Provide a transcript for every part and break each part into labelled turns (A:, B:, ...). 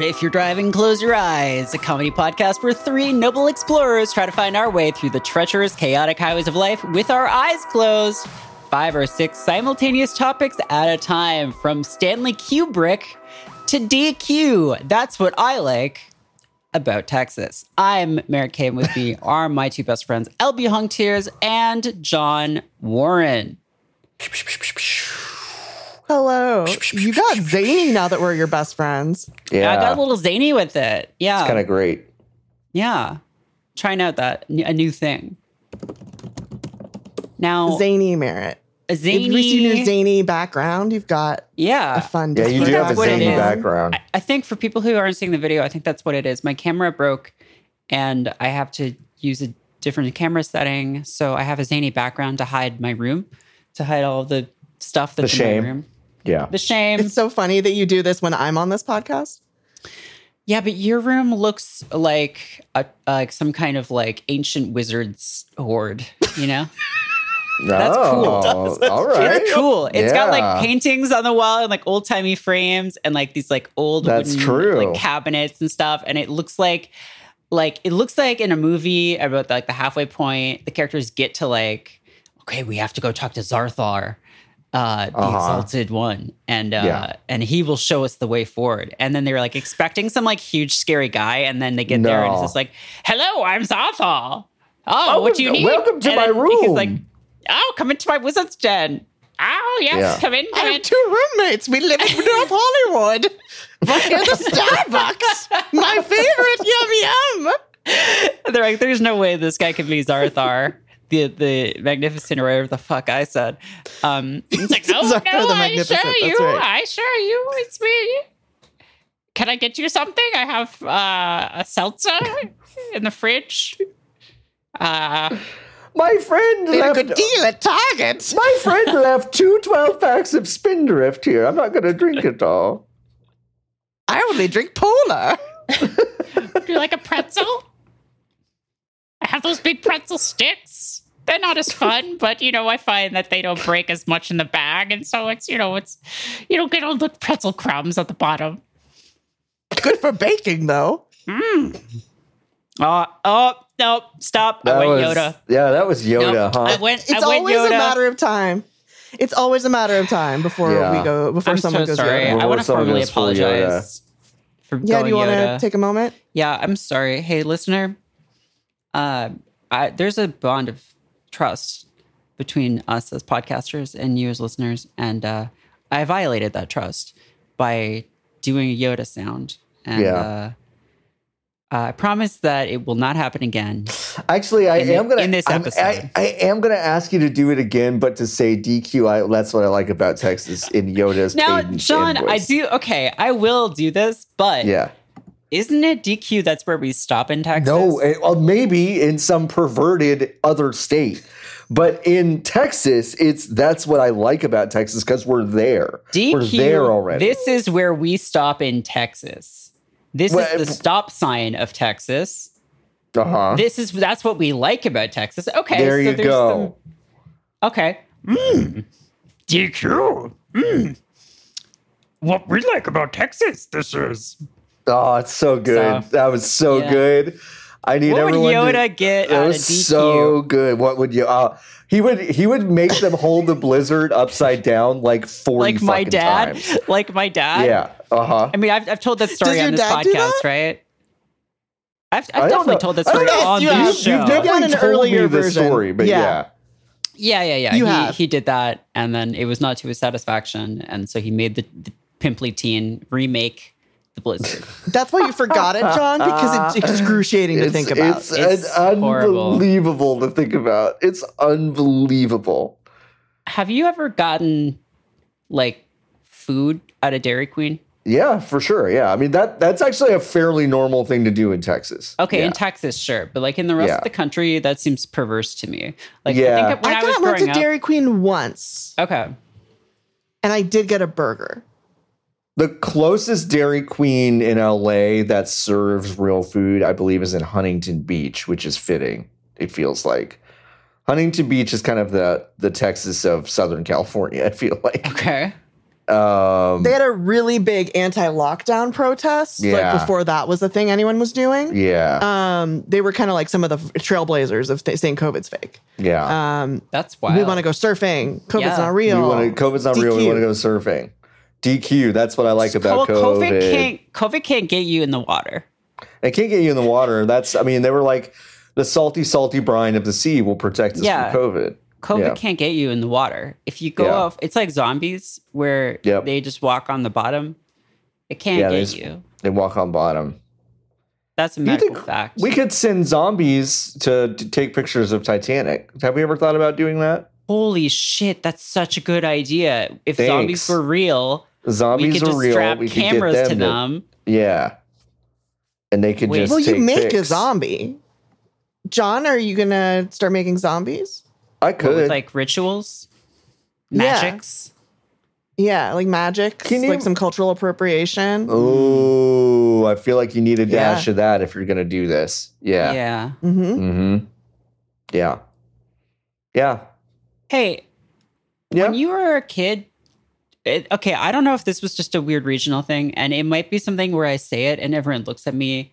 A: If you're driving, close your eyes. A comedy podcast where three noble explorers try to find our way through the treacherous, chaotic highways of life with our eyes closed. Five or six simultaneous topics at a time, from Stanley Kubrick to DQ. That's what I like about Texas. I'm Merrick Kane. With me are my two best friends, LB Hung Tears and John Warren.
B: Hello. You got zany now that we're your best friends.
A: Yeah,
C: Yeah,
A: I got a little um, zany with it. Yeah.
C: kind of great.
A: yeah. Trying out that a new thing. Now,
B: Zany merit.
A: a
B: If
A: Oh. zany.
B: At least you knew zany background. You've got a
A: yeah.
B: fun.
C: Yeah, you
B: different
C: do have a
A: what it
C: zany
A: is.
C: background.
A: I- I think for people who aren't seeing the video, I think that's what it is. My camera broke and I have to use a different camera setting. So I have a zany background to hide my room, to hide all the stuff that's
C: The
A: in
C: shame.
A: my room.
C: yeah.
A: The shame.
B: It's so funny that you do this when I'm on this podcast.
A: yeah, but your room looks like a, like some kind of like ancient wizard's hoard, you know? that's
C: Oh, All right.
A: It's cool. It's got
C: Yeah.
A: like paintings on the wall and like old timey frames and like these like old
C: That's
A: wooden,
C: true.
A: like cabinets and stuff. And it looks like like it looks like in a movie about like the halfway point, the characters get to like, okay, we have to go talk to Zarthar, uh, the
C: Uh-huh.
A: exalted one. And uh
C: Yeah.
A: and he will show us the way forward. And then they're like expecting some like huge scary guy, and then they get there and it's
C: No.
A: just like, Hello, I'm Zarthar. Oh, what do you
C: Welcome-
A: need?
C: welcome to
A: And
C: my
A: then He's
C: room.
A: like, Oh, come into my wizard's den. Oh, yes,
C: Yeah.
A: come in,
B: I
A: come in.
B: have two roommates. We live in North Hollywood. Right at the Starbucks. My favorite. Yum yum.
A: They're like, there's no way this guy could be Zarthar, the the magnificent or whatever the fuck I said. Um, it's like, oh
B: Zarthar
A: no,
B: the
A: I
B: Magnificent,
A: assure you,
B: that's right.
A: I assure you, it's me. Can I get you something? I have uh, a seltzer in the fridge. Uh,
C: My friend
B: Did a
C: left.
B: good deal at Target.
C: My friend left two 12 packs of Spindrift here. I'm not going to drink it all.
B: I only drink Polar.
A: do you like a pretzel? I have those big pretzel sticks. They're not as fun, but you know, I find that they don't break as much in the bag. And so it's, you know, it's, you don't get all the pretzel crumbs at the bottom.
B: Good for baking though.
A: Oh, oh, no, stop. I went
C: was,
A: Yoda.
C: Yeah, that was Yoda,
A: Nope,
C: huh?
A: I went,
B: It's
A: I went
B: always
A: Yoda.
B: a matter of time. It's always a matter of time before
C: Yeah.
B: we go before
A: I'm
B: someone
A: so
B: goes
A: sorry.
B: Yoda.
A: I
C: Before
A: want to
C: someone
A: formally
C: goes full Yoda.
A: apologize for
B: Yeah,
A: going
B: do you want to
A: Yoda.
B: take a moment?
A: Yeah, I'm sorry. Hey, listener, uh, I, there's a bond of trust between us as podcasters and you as listeners, and uh, I violated that trust by doing a Yoda sound. And
C: Yeah.
A: uh, I promise that it will not happen again.
C: Actually, I
A: in the-
C: am going to
A: in this episode.
C: I, I am going to ask you to do it again, but to say DQ. I, that's what I like about Texas in Yoda's.
A: Now,
C: cadence and
A: John, I
C: voice.
A: do okay. I will do this, but
C: Yeah.
A: isn't it DQ? That's where we stop in Texas.
C: No, it, well, maybe in some perverted other state. But in Texas, it's that's what I like about Texas because we're there.
A: DQ.
C: we're there already.
A: This is where we stop in Texas. This
C: Well,
A: is the
C: b-
A: stop sign of Texas.
C: uh-huh.
A: This is that's what we like about Texas. Okay,
C: there you
A: there's
C: go.
A: Some, okay,
D: DQ. Mm. What we like about Texas, this is.
C: oh, it's so good.
A: So,
C: that was so
A: yeah.
C: good. I need
A: what would
C: everyone.
A: Yoda
C: to,
A: get
C: that
A: out of
C: was
A: DQ?
C: so good. What would you? Uh, he would. He would make them hold the blizzard upside down like forty.
A: like my
C: fucking
A: dad,
C: times.
A: like my dad.
C: Yeah. Uh huh.
A: I mean, I've, I've told that story
B: your
A: on this
B: dad do
A: podcast,
B: that?
A: right? I've,
C: I
A: I've
C: don't
A: definitely
C: know.
A: told that
C: I don't
A: story
C: know.
A: on
B: You
A: this
B: have-
A: show.
C: You've never
B: Done an
C: told
B: earlier
C: me this
B: version.
C: story, but
B: Yeah.
C: yeah.
A: Yeah, yeah, yeah.
B: You
A: he,
B: have.
A: he did that, and then it was not to his satisfaction, and so he made the, the Pimply Teen remake, The Blizzard.
B: That's why you forgot it, John, because it's excruciating to think about.
C: It's,
A: It's
C: an
A: horrible.
C: unbelievable to think about. It's unbelievable.
A: Have you ever gotten like food at a Dairy Queen?
C: Yeah, for sure. Yeah, I mean that that's actually a fairly normal thing to do in Texas.
A: Okay,
C: yeah.
A: in Texas, sure, but like in the rest
C: Yeah.
A: of the country, that seems perverse to me. Like, I
C: Yeah.
A: think when I,
B: I got
A: was
B: went to
A: growing up,
B: Dairy Queen once,
A: okay,
B: and I did get a burger.
C: the closest Dairy Queen in LA that serves real food, I believe, is in Huntington Beach, which is fitting. It feels like Huntington Beach is kind of the the Texas of Southern California. I feel like.
A: okay,
C: Um,
B: They had a really big anti-lockdown protest
C: Yeah.
B: like before that was a thing anyone was doing.
C: yeah,
B: Um, they were kind of like some of the f- trailblazers of th- saying COVID's fake.
C: yeah.
B: Um,
A: That's wild.
B: we want to go surfing. COVID's
A: Yeah.
B: not
C: we
B: real.
C: want to. COVID's not real. We
B: DQ.
C: want to go surfing. DQ. That's what I like about
A: Co-
C: COVID.
A: COVID can't COVID can't get you in the water.
C: It can't get you in the water. That's. I mean, they were like, the salty, salty brine of the sea will protect us
A: Yeah.
C: from COVID.
A: COVID
C: Yeah.
A: can't get you in the water. If you go
C: Yeah.
A: off, it's like zombies where
C: Yep.
A: they just walk on the bottom. It can't
C: Yeah,
A: get
C: there's-
A: you.
C: They walk on bottom.
A: That's a
C: Do you
A: medical
C: think
A: fact.
C: We could send zombies to, to take pictures of Titanic. Have we ever thought about doing that?
A: Holy shit, that's such a good idea. If zombies
C: Thanks.
A: were real, we
C: Zombies
A: could
C: are
A: just
C: real.
A: strap
C: we could get
A: cameras
C: them
A: to
C: to-
A: them.
C: Yeah, and they could
A: Wait.
C: just.
B: well, you
C: take
B: make a
C: pics.
B: zombie. John, are you gonna start making zombies?
C: I
A: What, with
C: could.
A: like rituals,
B: Yeah.
A: magics.
B: Yeah, like magic,
C: Can you-
B: like some cultural appropriation.
C: Oh, I feel like you need a
B: Yeah.
C: dash of that if you're going to do this. Yeah. Yeah.
B: hmm
C: Mm-hmm. Yeah. Yeah.
A: Hey,
C: Yeah.
A: when you were a kid, it, okay, I don't know if this was just a weird regional thing, and it might be something where I say it and everyone looks at me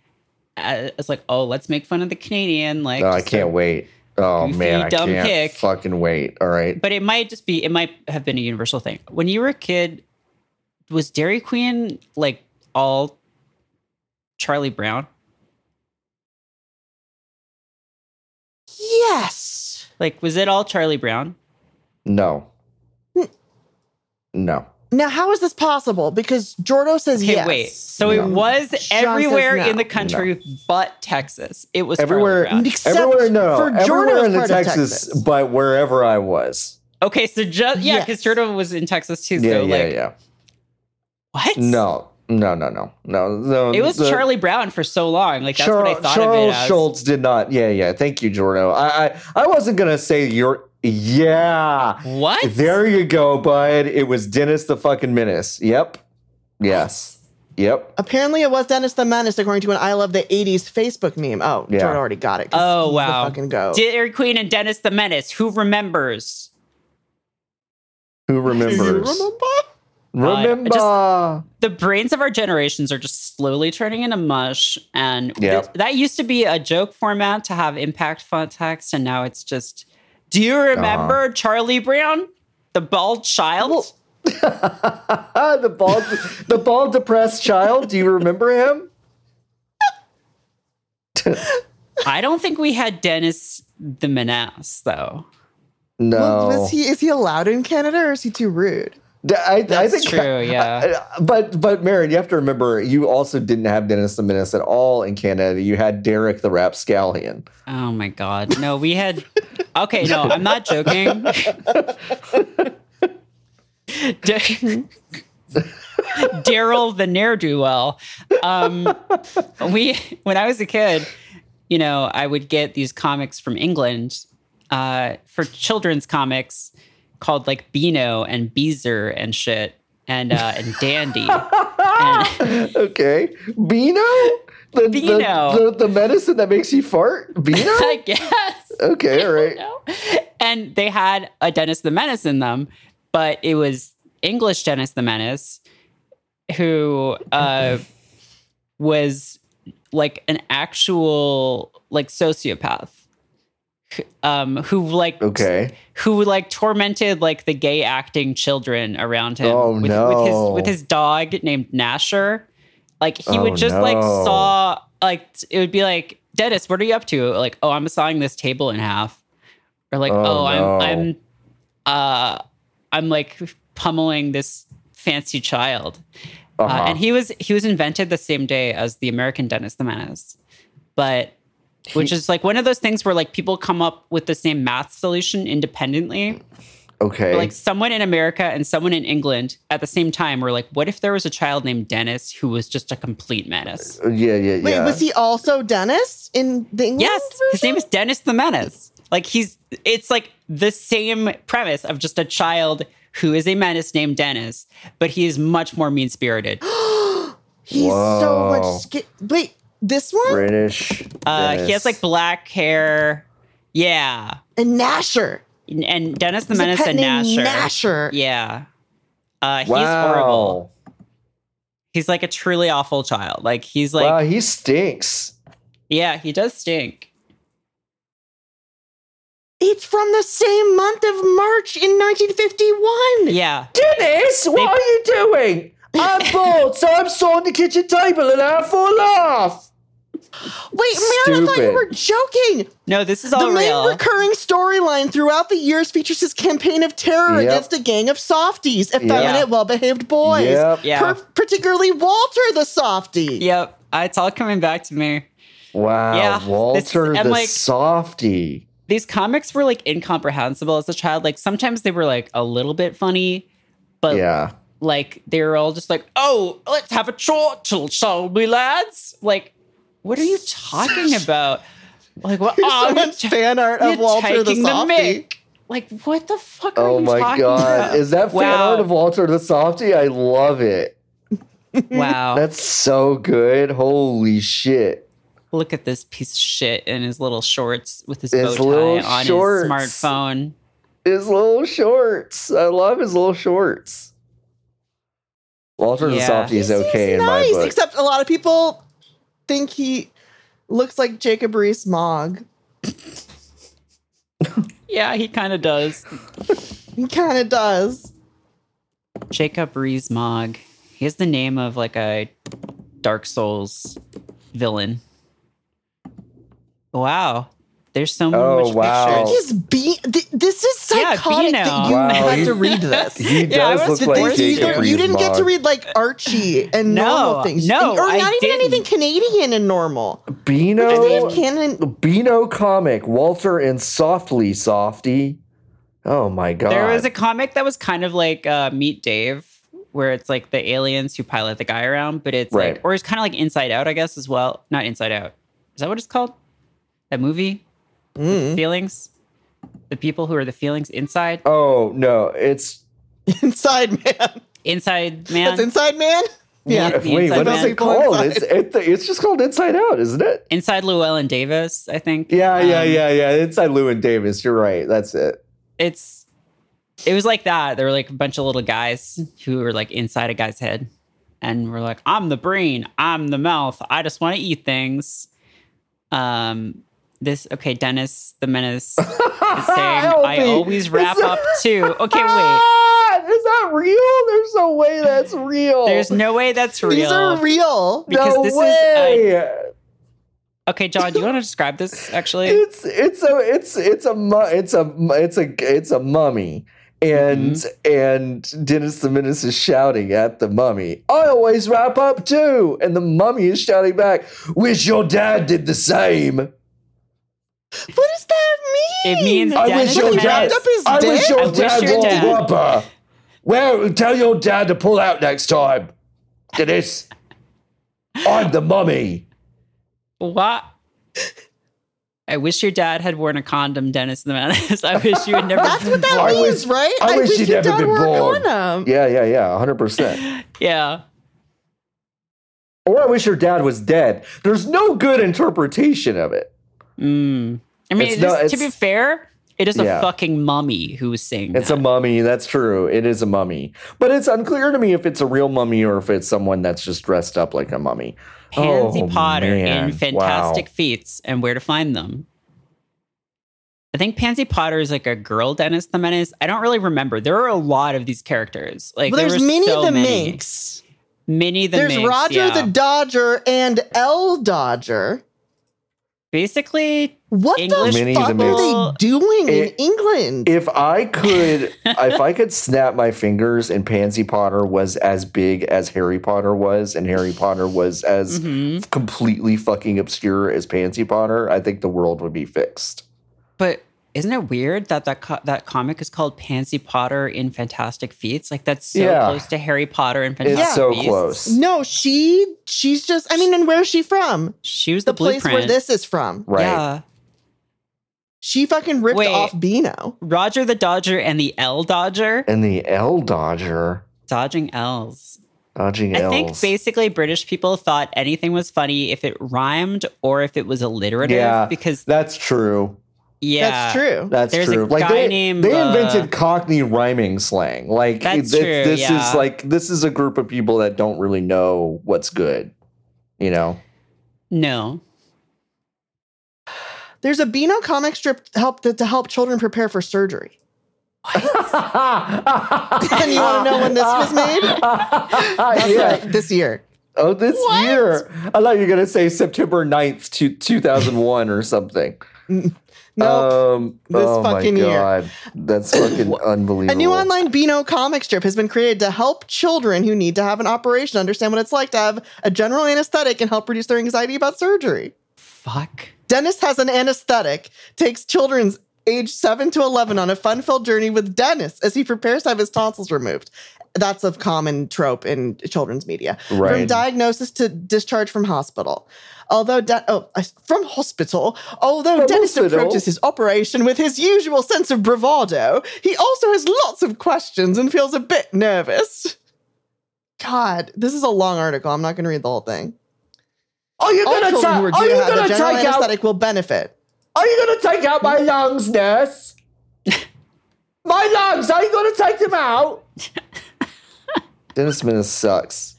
A: as, as like, oh, let's make fun of the Canadian. Like,
C: oh, I
A: just
C: can't
A: a-
C: wait. Oh
A: goofy,
C: man, I
A: dumb
C: can't
A: hick.
C: fucking wait. All right.
A: But it might just be, it might have been a universal thing. When you were a kid, was Dairy Queen like all Charlie Brown?
B: Yes.
A: Like, was it all Charlie Brown?
C: No. No.
B: Now, how is this possible? Because Jordo says
A: Okay,
B: yes.
A: wait. So
C: No.
A: it was
B: says
A: everywhere
B: no.
A: in the country but Texas. It was Charlie
C: Everywhere-
A: Brown.
B: Except
C: everywhere no.
B: for Jordo
C: everywhere
B: is
C: in the
B: part of
C: Texas, but wherever I was.
A: Okay, so just yeah, because
B: Yes.
A: Turtle was in Texas too. So
C: Yeah, yeah,
A: like
C: yeah.
A: what?
C: No. No, no, no. No. No.
A: It was
C: the-
A: Charlie Brown for so long. Like that's what I
C: Charl-
A: thought
C: Charles
A: of it as.
C: Schultz did not. Yeah, yeah. Thank you, Jordo. I, I, I wasn't gonna say you're. Yeah,
A: What?
C: there you go, bud. It was Dennis the fucking menace. Yep. Yes. Yep.
B: Apparently, it was Dennis the Menace, according to an I Love the 80s Facebook meme. Oh,
C: Yeah.
B: Jordo already got it. 'cause
A: Oh,
B: he's the
A: wow.
B: fucking go.
A: Dairy Queen and Dennis the Menace. Who remembers?
C: Who remembers?
B: Do you remember?
C: Remember.
A: The brains of our generations are just slowly turning into mush. And
C: Yeah.
A: th- that used to be a joke format to have impact font text, and now it's just. Do you remember
C: Uh-huh.
A: Charlie Brown, the bald child?
C: Ah, the bald, the bald, depressed child. Do you remember him?
A: I don't think we had Dennis the Menace though.
C: No.
B: Well, was he, is he allowed in Canada or is he too rude?
C: D- I, I
A: That's
C: think
A: true, yeah.
C: I- but but Marin, you have to remember, you also didn't have Dennis the Menace at all in Canada. You had Derek the Rapscallion.
A: Oh my god. No, we had Okay, no, I'm not joking. D- Daryl the ne'er do well. Um, we when I was a kid, you know, I would get these comics from England uh, for children's comics called like Beano and Beezer and shit and uh, and Dandy. and,
C: Okay, Beano, the,
A: Beano.
C: the, the the medicine that makes you fart. Beano.
A: I guess.
C: Okay, all right.
A: and they had a Dennis the Menace in them, but it was English Dennis the Menace who uh, was like an actual like sociopath um who like
C: Okay.
A: who like tormented like the gay acting children around him
C: Oh,
A: with, with
C: no.
A: his with his dog named Nasher. Like he
C: Oh,
A: would just like
C: no.
A: saw like t- it would be like Dennis, what are you up to? Like oh, I'm sawing this table in half, or like
C: Oh,
A: oh,
C: no.
A: I'm I'm uh I'm like pummeling this fancy child,
C: Uh-huh.
A: uh, and he was he was invented the same day as the American Dennis the Menace, but which is like one of those things where like people come up with the same math solution independently.
C: okay.
A: But, Like someone in America and someone in England at the same time were like, what if there was a child named Dennis who was just a complete menace?
C: yeah, yeah, yeah.
B: Wait, was he also Dennis in the England?
A: Yes, his
B: version?
A: name is Dennis the Menace. Like he's it's like the same premise of just a child who is a menace named Dennis, but he is much more mean spirited.
B: He's so
C: Whoa.
B: much. Sca- Wait, this one?
C: British?
A: Uh, he
C: Dennis.
A: has like black hair. Yeah.
B: And Nasher.
A: And- And Dennis the
B: There's a
A: Menace
B: pet
A: and
B: named
A: Nasher.
B: Nasher.
A: Yeah. Uh, he's
C: wow.
A: horrible. He's like a truly awful child. Like he's like,
C: wow, he stinks.
A: yeah, he does stink.
B: It's from the same month of March in 1951.
A: Yeah,
C: Dennis, what are you doing? I'm bored, so I'm sawing the kitchen table and I fall off.
B: Wait, man, I thought you
C: Stupid.
B: were joking.
A: no, this is all
B: the main
A: real.
B: recurring storyline throughout the years features his campaign of terror
C: Yep.
B: against a gang of softies, effeminate,
A: Yeah.
B: well-behaved boys.
C: Yep.
A: Yeah.
B: Per- particularly Walter the softie.
A: yep, uh, it's all coming back to me.
C: Wow,
A: Yeah, this-
C: Walter
A: and,
C: the
A: like-
C: softy.
A: These comics were like incomprehensible as a child. Like sometimes they were like a little bit funny, but
C: Yeah.
A: like they were all just like, "Oh, let's have a chortle, shall we, lads?" Like, what are you talking about? Like, what?
B: Here's
A: are we
B: someone's
A: ta-
B: fan art
A: you're
B: of Walter the
A: taking the
B: softie.
A: mick. Like, what the fuck are
C: Oh
A: you
C: my
A: talking
C: god.
A: about?
C: Is that fan
A: Wow.
C: art of Walter the softy? I love it.
A: wow.
C: That's so good. Holy shit.
A: Look at this piece of shit in his little shorts with his,
C: His
A: bow
C: little
A: tie on
C: shorts.
A: his smartphone.
C: His little shorts. I love his little shorts. Walter the
A: Yeah.
C: softy is
B: He seems
C: okay in
B: nice,
C: my book.
B: except a lot of people think he looks like Jacob Rees-Mogg.
A: Yeah, he kind of does.
B: He kind of does.
A: Jacob Rees-Mogg. He has the name of like a Dark Souls villain. Wow. There's so
C: Oh,
A: much
C: wow.
A: pictures.
B: He's be- th- this is
A: Yeah,
B: psychotic that
A: Beano.
B: you
C: Wow,
B: had
C: he-
B: to read this.
C: he does
A: Yeah, I was
C: look
A: the
B: Did
C: like
A: thing
B: they-
C: Jacob
B: you, you didn't get to
C: Rees-Mogg.
B: read like Archie and
A: No,
B: normal things.
A: no,
B: And- or
A: I
B: not even
A: didn't.
B: anything Canadian and normal. Because they have
C: Beano,
B: canon.
C: Beano comic, Walter and Softly Softy. Oh my god.
A: There was a comic that was kind of like uh, Meet Dave, where it's like the aliens who pilot the guy around, but it's
C: Right.
A: like, or it's kind of like Inside Out, I guess, as well. Not Inside Out. Is that what it's called? That movie?
B: Mm.
A: Feelings? The people who are the feelings inside?
C: Mm-hmm. Oh no, it's
B: Inside Man.
A: Inside Man?
B: That's Inside Man? Yeah.
A: Yeah. the
C: wait.
A: Inside
C: What is
A: Man.
C: it called?
B: Inside.
C: It's, it, it's just called Inside Out, isn't it?
A: inside Llewellyn Davis, I think.
C: Yeah, yeah,
A: Um,
C: yeah, yeah. Inside Lewin Davis. You're right. That's it.
A: It's it was like that. There were like a bunch of little guys who were like inside a guy's head and were like, I'm the brain, I'm the mouth, I just want to eat things. Um this okay, Dennis the Menace is saying
C: Help
A: I
C: me.
A: always
C: Is
A: wrap
C: that-
A: up too. Okay, wait.
C: Ah, is that real? There's no way that's real.
A: There's no way that's real.
B: These are real.
A: because
C: no
A: this is, uh,
C: way.
A: okay, John, do you want to describe this actually?
C: it's it's a it's it's a mu- it's a it's a it's a mummy and
A: Mm-hmm.
C: and Dennis the Menace is shouting at the mummy. I always wrap up too, and the mummy is shouting back. Wish your dad did the same.
B: What does that mean?
A: It means
C: I
A: Dennis
C: wish
A: the
C: your
B: Dennis
C: dad.
B: wrapped
A: Menace.
B: up his
C: I wish
A: I
B: dick?
C: your
A: wish
C: dad
A: your
C: was
A: dad-
C: a whopper. Well, tell your dad to pull out next time, Dennis. I'm the mummy.
A: What? I wish your dad had worn a condom, Dennis the Menace. I wish you had never.
B: That's
A: been-
B: what that
C: I
B: means,
C: wish-
B: right?
C: I wish he'd
B: your
C: never
B: dad
C: been
B: wore a
C: born.
B: condom.
C: Yeah, yeah, yeah, hundred percent.
A: yeah.
C: Or I wish your dad was dead. There's no good interpretation of it.
A: Mm. I mean,
C: It's
A: it
C: no-
A: is- to
C: it's-
A: be fair, it is a
C: Yeah.
A: fucking mummy who was saying
C: It's
A: that.
C: a mummy. That's true. It is a mummy. But it's unclear to me if it's a real mummy or if it's someone that's just dressed up like a mummy.
A: Pansy
C: Oh,
A: Potter
C: man.
A: in Fantastic
C: Wow.
A: Feats and Where to Find Them. I think Pansy Potter is like a girl Dennis the Menace. I don't really remember. There are a lot of these characters. Like
B: Well,
A: there
B: there's
A: were
B: Minnie
A: so
B: the
A: many.
B: Minx.
A: Minnie the
B: there's
A: Minx,
B: Roger
A: yeah.
B: the Dodger and L Dodger.
A: Basically,
B: What
A: English
B: the
C: Minnie the
B: fuck
C: Minx.
B: are they doing in
C: It-
B: England?
C: If I could if I could snap my fingers and Pansy Potter was as big as Harry Potter was and Harry Potter was as
A: mhm.
C: completely fucking obscure as Pansy Potter, I think the world would be fixed.
A: But isn't it weird that that, co- that comic is called Pansy Potter in Fantastic Feats? Like that's so
C: Yeah.
A: close to Harry Potter and
C: It's
A: Fantastic
C: so
A: Beasts.
C: close.
B: no, she she's just I mean, and where's she from?
A: She was
B: The,
A: the,
B: place
A: blueprint.
B: where this is from.
C: Right.
A: Yeah.
B: She fucking ripped
A: Wait.
B: off Beano.
A: Roger the Dodger and the L Dodger.
C: And the L Dodger
A: Dodging L's.
C: dodging
A: I
C: L's.
A: think basically British people thought anything was funny if it rhymed or if it was alliterative
C: Yeah.
A: because
C: That's true.
A: Yeah.
B: That's true.
C: That's
A: There's a
C: true. like
A: guy
C: they,
A: named,
C: they
A: uh,
C: invented Cockney rhyming slang. Like
A: That's
C: it-
A: true,
C: this
A: yeah.
C: is like this is a group of people that don't really know what's good. You know,
A: No.
B: There's a Beano comic strip to help to, to help children prepare for surgery.
C: and
B: And you want to know when this was made? That's
C: yeah.
B: right, this year.
C: Oh, this year. I thought you were gonna say September 9th, to two thousand one or something.
B: No,
C: um,
B: this
C: oh
B: fucking
C: my
B: year.
C: god, that's fucking unbelievable.
B: a new online Beano comic strip has been created to help children who need to have an operation understand what it's like to have a general anesthetic and help reduce their anxiety about surgery.
A: Fuck.
B: Dennis has an anesthetic, takes children's age 7 to 11 on a fun filled journey with Dennis as he prepares to have his tonsils removed. That's a common trope in children's media. From
C: Right.
B: diagnosis to discharge from hospital. Although, De- oh, I- from hospital, although
C: From
B: Dennis
C: hospital.
B: approaches his operation with his usual sense of bravado, he also has lots of questions and feels a bit nervous. God, this is a long article. I'm not going to read the whole thing.
C: Are you
B: All
C: gonna
B: children who are
C: ta-
B: due
C: Are
B: to
C: you
B: have a
C: gonna
B: general
C: take out?
B: anesthetic will benefit.
C: Are you gonna take out my lungs, nurse? my lungs. Are you gonna take them out? Dennis Smith sucks.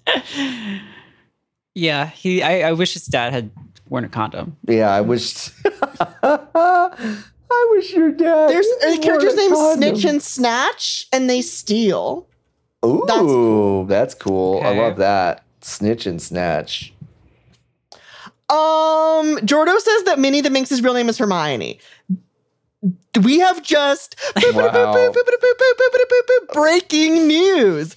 A: Yeah. He. I, I wish his dad had worn a condom.
C: Yeah, I wish. I wish your dad.
B: There's uh, the character's
C: wore a
B: name
C: condom.
B: Snitch and Snatch, and they steal.
C: Ooh, that's cool.
A: Okay.
C: I love that. Snitch and snatch.
B: Um, Jordo says that Minnie the Minx's real name is Hermione. We have just
C: Wow.
B: breaking news.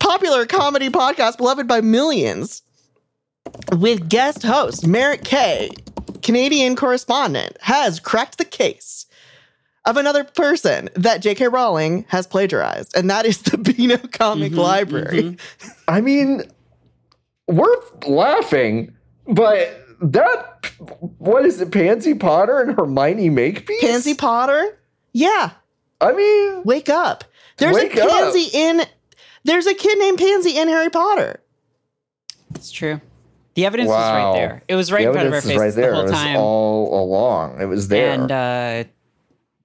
B: Popular comedy podcast beloved by millions with guest host Merrick Kay, Canadian correspondent, has cracked the case of another person that J.K. Rowling has plagiarized, and that is the Beano Comic
A: Mhm,
B: Library.
A: mhm.
C: I mean, we're laughing, but that what is it? Pansy Potter and Hermione Makepeace.
B: Pansy Potter? Yeah,
C: I mean,
B: wake up. There's
C: Wake
B: a
C: up.
B: pansy in there's a kid named Pansy in Harry Potter.
A: It's true. The evidence was right
C: Wow.
A: there. It was right
C: the
A: in front of our
C: evidence is
A: faces
C: right there.
A: the whole
C: It was
A: time.
C: all along. It was there.
A: And uh,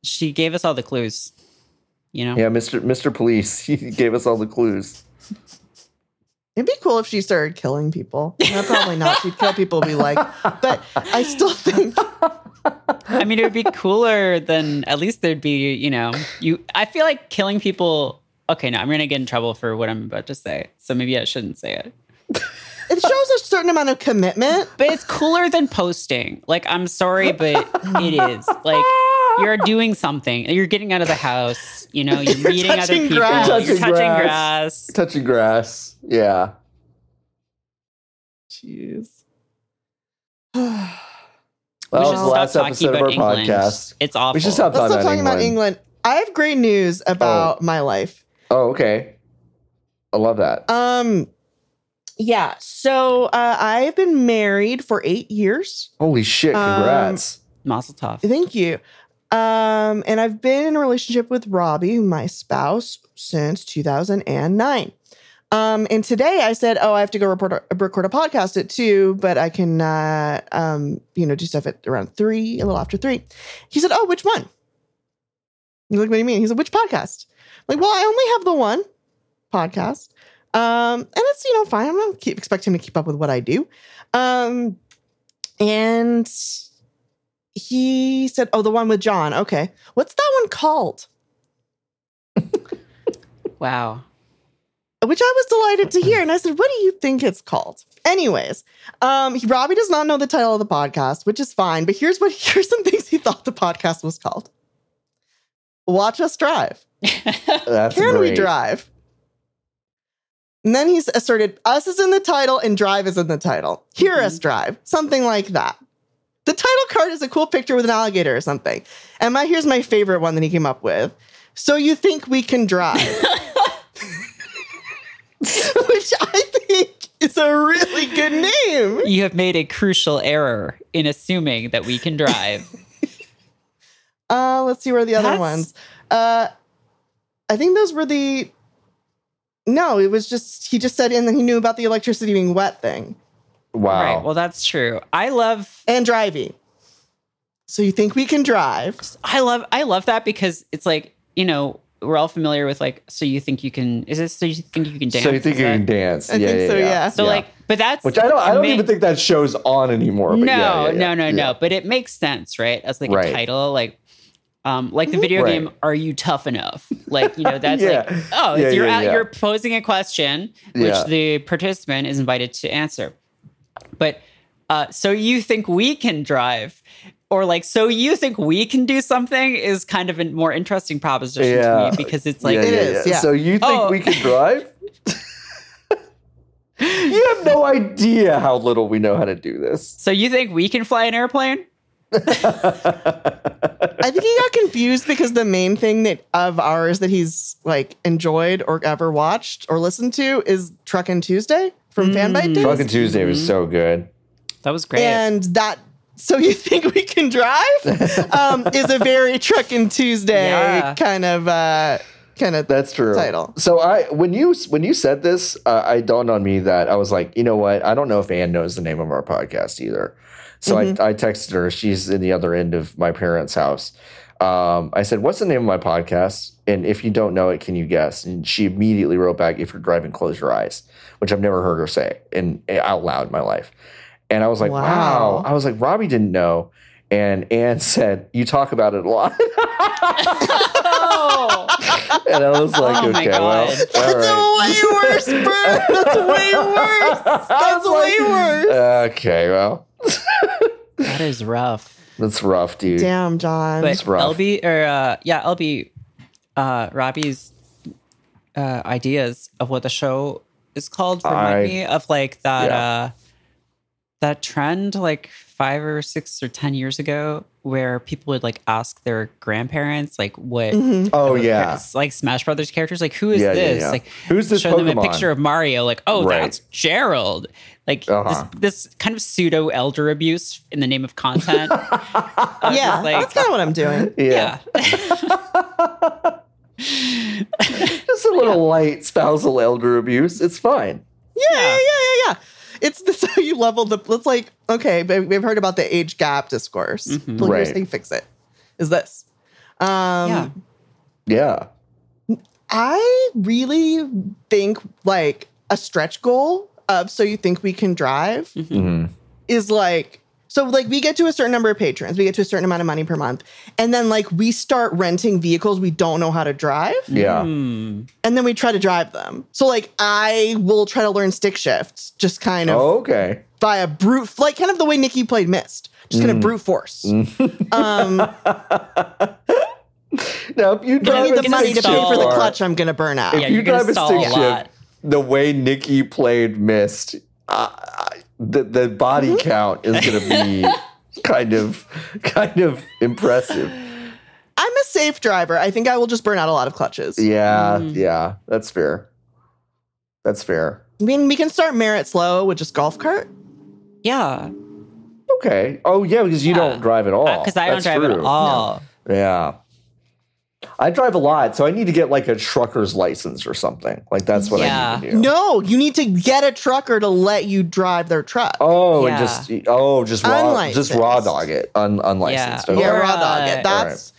A: she gave us all the clues. You know.
C: yeah, Mister Mister Police. He gave us all the clues.
B: It'd be cool if she started killing people. No, probably not. She'd kill people and be like, but I still think
A: I mean, it would be cooler than at least there'd be, you know, you. I feel like killing people. Okay, no, I'm gonna get in trouble for what I'm about to say, so maybe I shouldn't say it.
B: it shows a certain amount of commitment.
A: But it's cooler than posting. Like, I'm sorry, but it is. Like, you're doing something. You're getting out of the house. You know, you're,
B: You're
A: meeting other
B: touching
A: people.
B: grass.
A: You're touching
C: Touching
A: grass.
C: Touching grass. Yeah.
B: Jeez.
A: We
C: That was
A: should
C: the last
A: stop
C: episode
A: talking
C: of
A: about
C: our
A: England.
C: podcast.
A: It's awful.
C: We should stop
B: Let's
C: talking,
B: stop talking
C: about
B: about England. I have great news about my life.
C: Oh, okay. I love that.
B: Um yeah, so uh, I've been married for eight years.
C: Holy shit!
B: um,
C: Congrats.
A: Mazel tov.
B: Thank you. Um, and I've been in a relationship with Robbie, my spouse, since 2009. Um, and today I said, "Oh, I have to go report a, record a podcast at two, but I can, uh, um, you know, do stuff at around three, a little after three. He said, "Oh, which one?" He's like, "What do you mean?" He said, "Which podcast?" I'm like, well, I only have the one podcast, um, and it's you know fine. I'm not keep, expect him to keep up with what I do, um, and he said, "Oh, the one with John. Okay, what's that one called?"
A: Wow.
B: Which I was delighted to hear, and I said, "What do you think it's called?" Anyways, um, he- Robbie does not know the title of the podcast, which is fine. But here's what here's some things he thought the podcast was called: "Watch Us Drive."
C: That's
B: Can
C: great.
B: we drive? And then he's asserted us is in the title and drive is in the title. Hear
C: Mm-hmm.
B: us drive, something like that. The title card is a cool picture with an alligator or something. And my here's my favorite one that he came up with. So you think we can drive? Which I think is a really good name.
A: You have made a crucial error in assuming that we can drive.
B: Uh, let's see where the other
A: That's-
B: ones. Uh, I think those were the. No, it was just he just said, and then he knew about the electricity being wet thing
C: Wow.
A: Right. Well, that's true. I love
B: and driving. So you think we can drive?
A: I love I love that because it's like you know we're all familiar with like so you think you can is this so you think you can dance
C: So you think
A: Is
C: you
A: that-
C: can dance?
B: I think so, yeah.
A: so like but that's
C: which I don't. I don't
A: ma-
C: even think that show's on anymore. But
A: no
C: yeah, yeah, yeah,
A: no no
C: yeah.
A: no but it makes sense right as like a
C: Right. Mm-hmm.
A: title like um like the video
C: Right.
A: game Are you tough enough like you know that's
C: Yeah.
A: like oh
C: Yeah,
A: it's, you're
C: yeah,
A: out-
C: yeah.
A: you're posing a question which
C: Yeah.
A: the participant is invited to answer but uh so you think we can drive. Or like, so you think we can do something is kind of a more interesting proposition
C: Yeah.
A: to me because it's like
B: It is, yeah.
C: So you think
A: Oh.
C: we can drive? you have no idea how little we know how to do this.
A: So you think we can fly an airplane?
B: I think he got confused because the main thing that of ours that he's like enjoyed or ever watched or listened to is Truckin' Tuesday from Fanbite
A: Mm.
B: Days.
C: Drunken Tuesday was so good.
A: That was great.
B: And that so you think we can drive um, is a very Truckin' Tuesday
A: Yeah.
B: kind of uh, kind of
C: That's true.
B: Title.
C: So I when you when you said this, uh, I dawned on me that I was like, you know what? I don't know if Ann knows the name of our podcast either. So
A: Mm-hmm.
C: I, I texted her. She's in the other end of my parents' house. Um, I said, "What's the name of my podcast?" And if you don't know it, can you guess? And she immediately wrote back, "If you're driving, close your eyes," which I've never heard her say in eh, out loud in my life. And I was like,
B: Wow.
C: wow. I was like, Robbie didn't know. And Ann said, "You talk about it a lot."
A: oh,
C: And I was like,
A: Oh my
C: okay, well,
A: God.
C: all right.
B: That's way worse, Bert. That's way worse. That's way worse.
C: Okay, well,
A: that is rough.
C: that's rough, dude.
B: Damn, John.
A: But
C: rough.
A: LB or uh, yeah, LB, uh, Robbie's uh, ideas of what the show is called remind
C: I-
A: me of like that
C: yeah.
A: uh, that trend like five or six or ten years ago where people would like ask their grandparents like what
C: Oh
A: their
C: yeah,
A: parents- like Smash Brothers characters like who is
C: Yeah, yeah,
A: this
C: yeah.
A: like
C: Who's this
A: show them a
C: Pokemon?
A: picture of Mario like oh
C: Right.
A: that's Gerald like
C: Uh-huh.
A: this, this kind of pseudo elder abuse in the name of content I was
B: yeah,
A: uh, just like,
B: that's kind of what I'm doing.
C: yeah.
A: yeah.
C: Just a little light spousal elder abuse. It's fine.
B: Yeah, yeah, yeah, yeah, yeah. It's the, so you level the. It's like okay, but we've heard about the age gap discourse.
A: Mm-hmm.
B: Well,
C: Right.
B: Here's how you fix it. Is this? Um,
A: yeah
C: Yeah,
B: I really think like a stretch goal of so you think we can drive is like so like we get to a certain number of patrons, we get to a certain amount of money per month, and then like we start renting vehicles we don't know how to drive,
C: yeah.
A: Hmm.
B: and then we try to drive them. So like I will try to learn stick shifts, just kind
C: Oh.
B: of
C: Okay.
B: by a brute, like kind of the way Nikki played Mist, just kind of brute force. um,
C: Now, if you
B: but
C: drive
B: I need
C: a
B: the
A: gonna
B: money to
C: stick
B: pay for the
A: stall.
C: shift-
B: clutch. I'm gonna burn out.
C: If
A: Yeah,
C: you
A: you're gonna
C: drive a
A: stall
C: stick
A: a lot.
C: shift, the way Nikki played Mist, uh, the the body
B: Mm-hmm.
C: count is going to be kind of kind of impressive.
B: I'm a safe driver. I think I will just burn out a lot of clutches.
C: Yeah,
A: Mm.
C: yeah, that's fair. That's fair.
B: I mean, we can start merit slow with just golf cart.
A: yeah
C: Okay. Oh yeah, because you
A: Yeah.
C: don't drive at all.
A: because Uh, I don't
C: Oh, That's
A: drive at
C: true.
A: all
C: Yeah. I drive a lot, so I need to get like a trucker's license or something. Like that's what
A: Yeah.
C: I need to do.
B: No, you need to get a trucker to let you drive their truck.
C: Oh,
A: Yeah.
C: and just oh, just raw, just raw
B: Unlicensed.
C: dog it, Un, unlicensed.
A: Yeah.
B: yeah,
A: or,
B: raw dog.
A: uh,
B: it. That's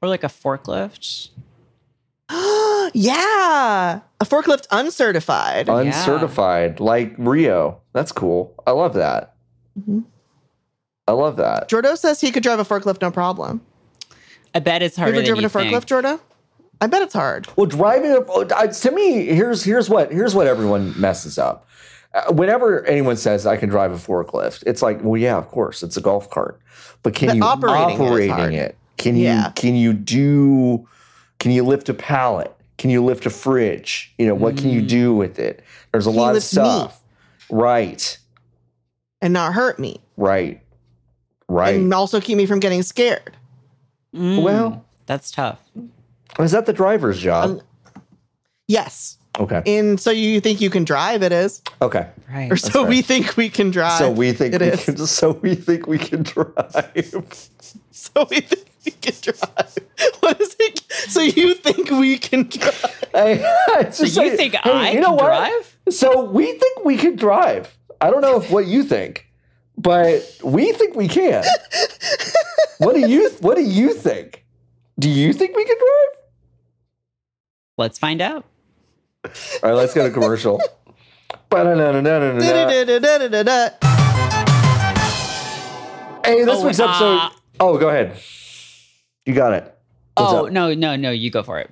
A: or like a forklift
B: yeah, a forklift uncertified.
C: Oh.
A: yeah.
C: Uncertified, like Rio. That's cool. I love that.
B: Mhm.
C: I love that.
B: Jordo says he could drive a forklift no problem.
A: I bet it's
B: Have
A: harder
B: you ever
A: than
B: driven
A: you
B: a forklift,
A: think
B: Jordo? I bet it's hard.
C: Well, driving a, oh, I- to me here's here's what here's what everyone messes up. Uh, Whenever anyone says I can drive a forklift, it's like, well, yeah, of course, it's a golf cart. But can
B: But
C: you
B: operating it is
C: operating,
B: hard.
C: it? Can
B: Yeah.
C: you can you do? Can you lift a pallet? Can you lift a fridge? You know what can you do with it? There's a
B: Mm. Can you
C: lot of
B: lift
C: stuff. Right,
B: and not hurt me,
C: right, right.
B: and also keep me from getting scared.
A: Mm,
C: Well-
A: that's tough
C: Is that the driver's job?
B: Um, Yes,
C: okay,
B: and so you think you can drive? It is,
C: okay.
A: right
B: or so
C: right.
B: we think we can drive.
C: So we think
B: it
C: we
B: is.
C: can, so we think we can drive.
B: So we think we can drive. What is it? So you think we can drive?
C: I, I just
A: so you
C: say,
A: think
C: hey,
A: I
C: you know
A: can
C: what?
A: drive
C: So we think we can drive. I don't know if what you think, but we think we can. What do you What do you think? Do you think we can drive?
A: Let's find out.
C: All right, let's go to commercial. Ba-da-da-da-da-da-da.
B: Da-da-da-da-da-da-da.
C: Hey, this
A: Oh,
C: week's
A: uh,
C: episode. oh, go ahead. You got it. What's
A: oh
C: up?
A: no, no, no! You go for it.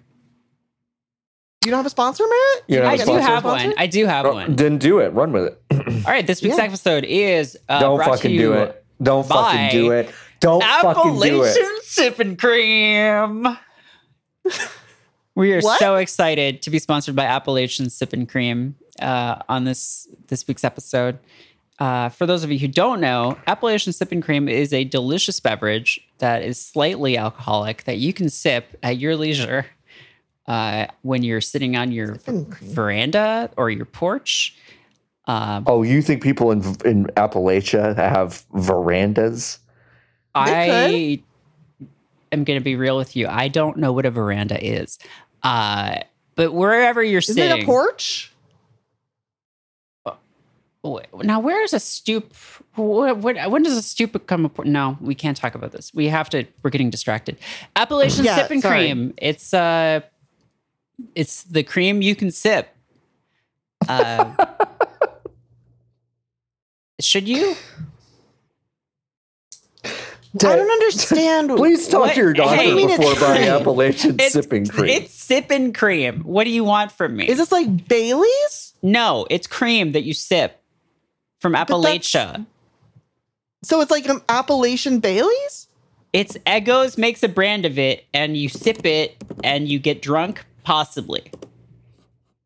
B: You don't have a sponsor, Merritt?
C: You don't
A: I
C: have a
A: do
C: sponsor?
A: have one. I do have
C: Oh,
A: one.
C: Then do it. Run with it.
A: All right, this week's
B: Yeah.
A: episode is uh,
C: Don't
A: brought to
C: fucking
A: you
C: do it. Don't fucking
A: by
C: do it. Don't fucking do it.
A: Appalachian Sipping Cream. we are
B: What?
A: so excited to be sponsored by Appalachian Sipping Cream uh, on this this week's episode. Uh, for those of you who don't know, Appalachian Sipping Cream is a delicious beverage that is slightly alcoholic that you can sip at your leisure uh, when you're sitting on your
B: Sipping cream.
A: veranda or your porch. Um,
C: Oh, you think people in in Appalachia have verandas?
A: I am going to be real with you. I don't know what a veranda is. Uh, but wherever you're
B: Isn't
A: sitting,
B: it a porch?
A: Wait, now where is a stoop? What, what, when does a stoop become a por- No, we can't talk about this. We have to. We're getting distracted. Appalachian
B: Yeah,
A: sip and
B: sorry.
A: cream. It's uh, it's the cream you can sip. Uh, should you?
B: I don't understand.
C: Please talk
A: What?
C: to your doctor
A: Hey, I mean,
B: it's
C: before buying
B: cream.
C: Appalachian sipping cream.
A: It's sipping cream. What do you want from me?
B: Is this like Bailey's?
A: No, it's cream that you sip from Appalachia.
B: So it's like an Appalachian Bailey's?
A: It's Eggo's makes a brand of it, and you sip it and you get drunk, possibly.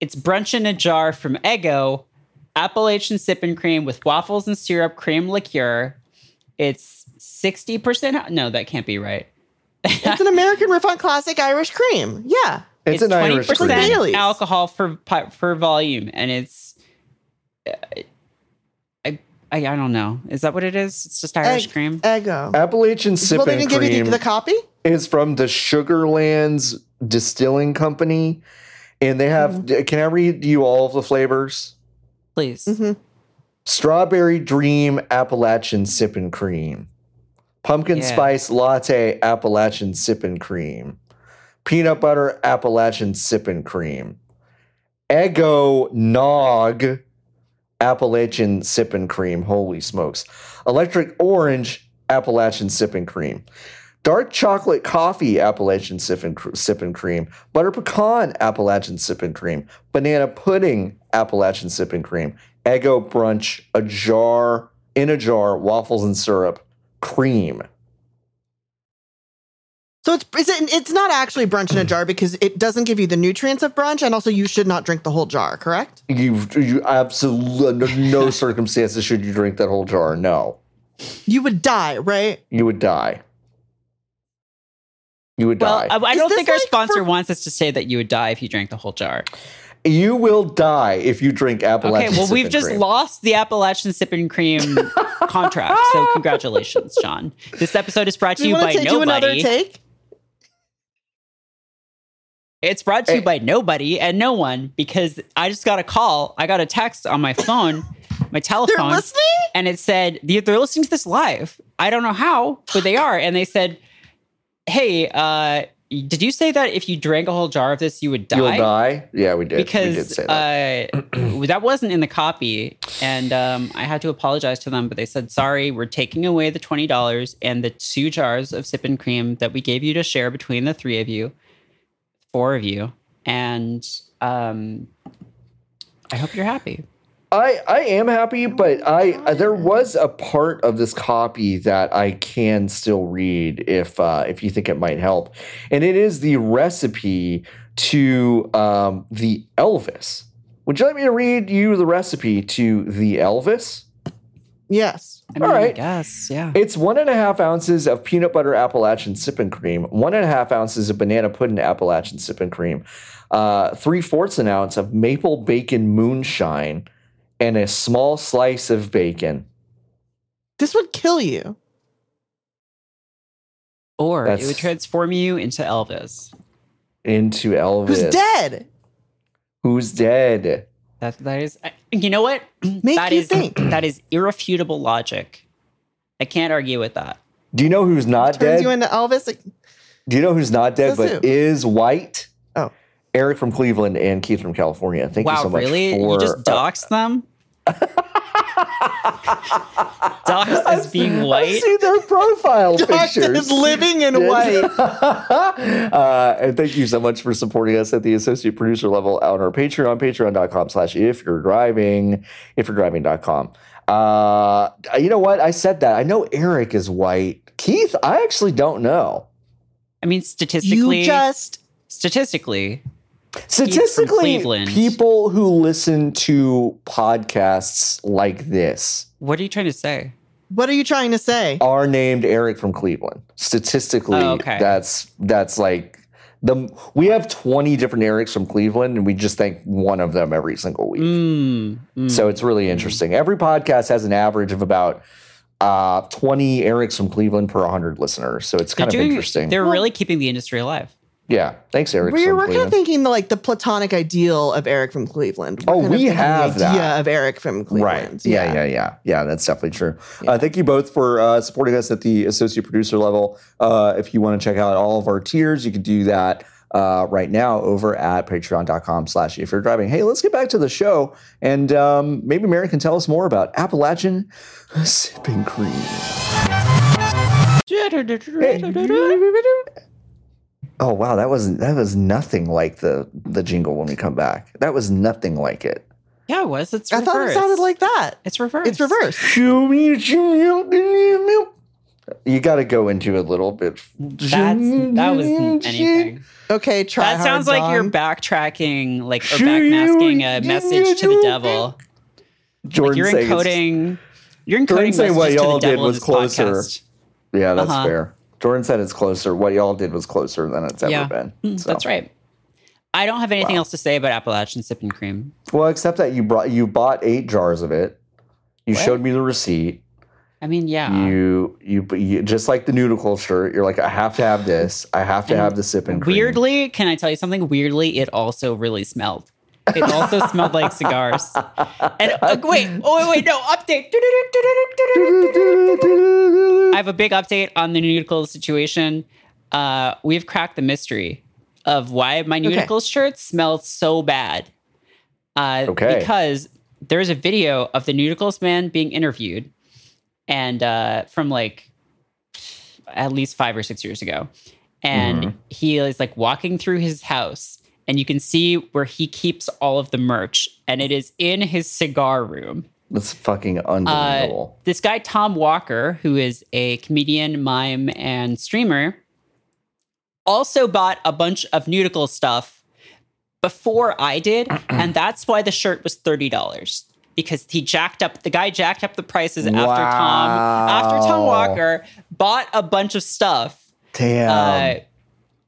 A: It's brunch in a jar from Eggo, Appalachian sipping cream with waffles and syrup, cream liqueur. It's 60%. No, that can't be right.
B: It's an American Refined Classic Irish Cream. Yeah.
C: It's an Irish cream.
B: Like Bailey's.
A: alcohol for pi- for volume, and it's uh, I, I I don't know. Is that what it is? It's just Irish
B: Egg-
A: cream.
B: Eggo.
C: Appalachian
B: well,
C: sipping
B: they didn't give
C: cream
B: you the copy?
C: is from the Sugarlands Distilling Company, and they have.
B: Hmm.
C: Can I read you all of the flavors?
A: Please,
B: Mhm.
C: Strawberry Dream Appalachian Sippin' Cream. Pumpkin
A: Yeah.
C: Spice Latte Appalachian Sippin' Cream. Peanut Butter Appalachian Sippin' Cream. Eggo Nog Appalachian Sippin' Cream. Holy smokes. Electric Orange Appalachian Sippin' Cream. Dark chocolate coffee Appalachian sip and, cr- sip and cream, butter pecan Appalachian sip and cream, banana pudding Appalachian sip and cream, Eggo brunch, a jar in a jar, waffles and syrup, cream.
B: So it's is it, it's not actually brunch in a jar because it doesn't give you the nutrients of brunch, and also you should not drink the whole jar, correct?
C: You you absolutely no, no circumstances should you drink that whole jar. No,
B: You would die, right?
C: you would die. You would
A: Well, uh,
C: die.
A: I, I
B: Is
A: don't
B: this
A: think our
B: like
A: sponsor
B: for-
A: wants us to say that you would die if you drank the whole jar.
C: you will die if you drink Appalachian.
A: okay, well,
C: sip
A: we've
C: and
A: just
C: cream.
A: lost the Appalachian Sip and Cream contract. So, congratulations, John. This episode is brought to
B: Do you
A: you,
B: want
A: by
B: to do another
A: nobody.
B: take?
A: It's brought to you
C: Hey.
A: by nobody and no one because I just got a call. I got a text on my phone, my
B: They're
A: telephone.
B: listening.
A: and it said they're they're listening to this live. I don't know how, but they are. And they said, "Hey, uh, did you say that if you drank a whole jar of this, you would die?"
C: You'll die. Yeah, we did. we did
A: Because
C: say that.
A: that. Uh, that wasn't in the copy, and um, I had to apologize to them. But they said, "Sorry, we're taking away the twenty dollars and the two jars of sip and cream that we gave you to share between the three of you, four of you, and um, I hope you're happy."
C: I I am happy, but I uh, there was a part of this copy that I can still read if uh, if you think it might help, and it is the recipe to um, the Elvis. Would you like me to read you the recipe to the Elvis?
B: Yes.
A: I
C: All
A: mean, I
C: right.
A: guess, yeah.
C: It's one and a half ounces of peanut butter Appalachian sipping cream, one and a half ounces of banana pudding Appalachian sipping cream, uh, three fourths an ounce of maple bacon moonshine, and a small slice of bacon.
B: This would kill you.
A: Or it
C: That's-
A: would transform you into Elvis.
C: into Elvis,
B: Who's dead?
C: Who's dead?
A: That that is, I- you know what?
B: Make
A: That
B: you
A: is-
B: think.
A: that is irrefutable logic. I can't argue with that.
C: Do you know who's not
B: Turns
C: dead?
B: you into Elvis. Like,
C: Do you know who's not dead
B: Says
C: but
B: who?
C: is white?
B: Oh.
C: Eric from Cleveland and Keith from California. Thank you
A: wow,
C: so much
A: really?
C: for uh,
A: you just doxed them? doxed as being
C: I
A: white?
C: see their profile
B: Doctor
C: pictures.
B: is living in
C: Yes.
B: white.
C: uh, and thank you so much for supporting us at the associate producer level on our Patreon, patreon.com slash if you're driving, if you're driving.com. Uh, you know what? I said that. I know Eric is white. Keith, I actually don't know.
A: I mean, statistically,
B: You just
A: statistically,
C: Statistically,
A: Cleveland.
C: people who listen to podcasts like this
A: what are you trying to say?
B: what are you trying to say?
C: are named Eric from Cleveland. Statistically,
A: Oh, okay.
C: that's that's like the we have 20 different Erics from Cleveland and we just thank one of them every single week.
A: Mm, mm.
C: So it's really interesting. Every podcast has an average of about uh 20 Erics from Cleveland per 100 listeners. So it's kind
A: they're
C: of
A: doing-
C: interesting.
A: They're really keeping the industry alive.
C: Yeah. Thanks Eric
B: We're,
C: from
B: we're kind of
C: Cleveland.
B: thinking the like the platonic ideal of Eric from Cleveland. We're
C: Oh,
B: kind of
C: we
B: thinking the
C: have that.
B: idea of Eric from Cleveland.
C: Right. Yeah, yeah, yeah, yeah. that's definitely true.
B: Yeah.
C: Uh, thank you both for uh, supporting us at the associate producer level. Uh, if you want to check out all of our tiers, you can do that uh, right now over at patreon.com slash if you're driving. Hey, let's get back to the show. And um, maybe Mary can tell us more about Appalachian Sipping Cream. Oh, wow. That was, that was nothing like the, the jingle when we come back. That was nothing like it.
A: Yeah, it was. It's
B: I
A: reverse.
B: thought it sounded like that.
A: it's reverse.
B: It's reversed.
C: Show me what you milk in your milk. You got to go into a little bit.
A: That's that wasn't anything.
B: Okay, try.
A: That
B: hard,
A: sounds like you're
B: Dawn.
A: backtracking, like or
C: Shoot,
A: backmasking a
C: you
A: message to the
C: do
A: devil.
C: Jordan
A: Like you're
C: saying it's-
A: encoding. You're encoding
C: Jordan saying
A: messages
C: what
A: to
C: y'all
A: the
C: did
A: devil in
C: was
A: this
C: closer.
A: podcast.
C: Yeah, that's
A: Uh-huh.
C: fair. Jordan said it's closer. What y'all did was closer than it's ever
A: Yeah.
C: been.
A: Mm,
C: So.
A: That's right. I don't have anything
C: Wow.
A: else to say about Appalachian Sip and Cream.
C: Well, except that you brought you bought eight jars of it. You
A: What?
C: showed me the receipt.
A: I mean, yeah.
C: You, you you just like the noodle shirt. You're like, I have to have this. I have to
A: And
C: have the sip and cream.
A: Weirdly, can I tell you something? Weirdly, it also really smelled. It also smelled like cigars. And uh, wait, oh wait, wait, no update. I have a big update on the nudicles situation. Uh, we've cracked the mystery of why my nudicles shirts smell so bad. Uh,
C: Okay.
A: Because there's a video of the nudicles man being interviewed, and uh, from like at least five or six years ago. And he is like walking through his house, and you can see where he keeps all of the merch, and it is in his cigar room.
C: That's fucking
A: Uh,
C: unbelievable.
A: this guy, Tom Walker, who is a comedian, mime, and streamer, also bought a bunch of nudicle stuff before I did. and that's why the shirt was $30. Because he jacked up the guy jacked up the prices after Tom after Tom
C: Wow.
A: Walker bought a bunch of stuff
C: Damn.
A: uh,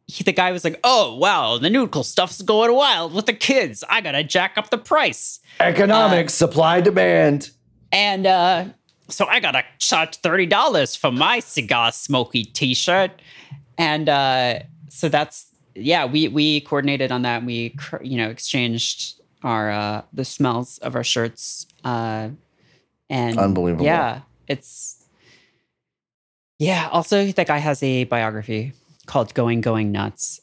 A: he, the guy was like, "Oh wow, the nudicle stuff's going wild with the kids. I gotta jack up the price."
C: Economics, supply demand.
A: And uh, so I got to charge $30 for my cigar smoky t shirt. And uh, so that's, yeah, we, we coordinated on that. And we, cr- you know, exchanged our, uh, the smells of our shirts. Uh, and
C: Unbelievable.
A: Yeah. It's, yeah. Also, that guy has a biography called Going, Going Nuts.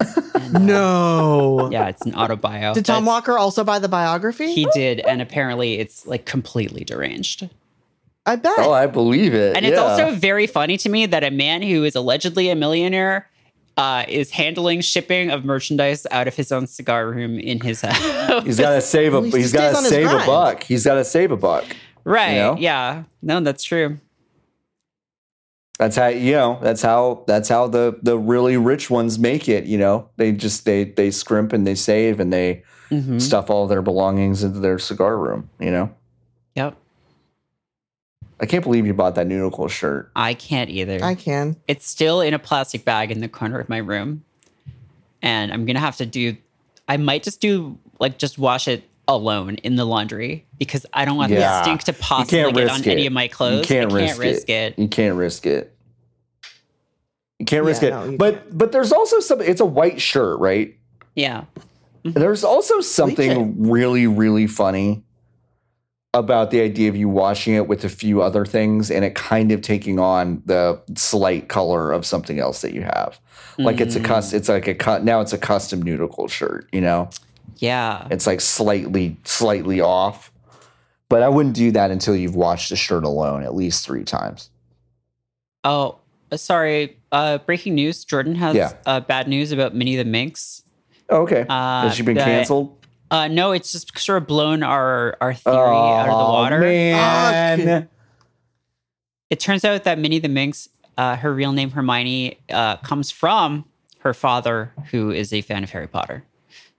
A: uh,
B: No.
A: Yeah. It's an autobio.
B: Did Tom
A: That's-
B: Walker also buy the biography?
A: He did. And apparently it's like completely deranged.
B: I bet.
C: Oh, I believe it.
A: And it's
C: Yeah.
A: also very funny to me that a man who is allegedly a millionaire uh, is handling shipping of merchandise out of his own cigar room in his house.
C: He's got to save a.
B: Well, he
C: he's
B: stays on
C: got to
B: his
C: save a
B: grind.
C: buck. He's got to save a buck.
A: right.
C: you know?
A: Yeah. No, that's true.
C: That's how you know. That's how. That's how the the really rich ones make it. You know, they just they they scrimp and they save and they
A: Mhm.
C: stuff all their belongings into their cigar room. You know,
A: Yep.
C: I can't believe you bought that noodle shirt.
A: I can't either.
B: I can.
A: it's still in a plastic bag in the corner of my room. And I'm going to have to do, I might just do like just wash it alone in the laundry because I don't want
C: Yeah.
A: the stink to
C: You
A: possibly
C: can't
A: get
C: risk
A: on
C: it.
A: any of my clothes.
C: You can't,
A: I
C: risk, it. You can't risk it. You can't
B: Yeah,
C: risk it.
B: no, you
C: but but there's also some. It's a white shirt, right?
A: Yeah.
C: There's also something really, really funny about the idea of you washing it with a few other things and it kind of taking on the slight color of something else that you have. Like it's a custom, it's like a cut now it's a custom noodle shirt, you know?
A: Yeah.
C: It's like slightly, slightly off. But I wouldn't do that until you've washed the shirt alone at least three times.
A: Oh, uh, sorry. Uh, breaking news: Jordan has
C: Yeah.
A: uh, bad news about Minnie the Minx.
C: Okay.
A: Uh,
C: Has she been
A: the-
C: canceled?
A: Uh, no, it's just sort of blown our our theory out of the
C: Aw,
A: water.
C: Man.
B: Okay.
A: It turns out that Minnie the Minx, uh, her real name Hermione, uh, comes from her father, who is a fan of Harry Potter.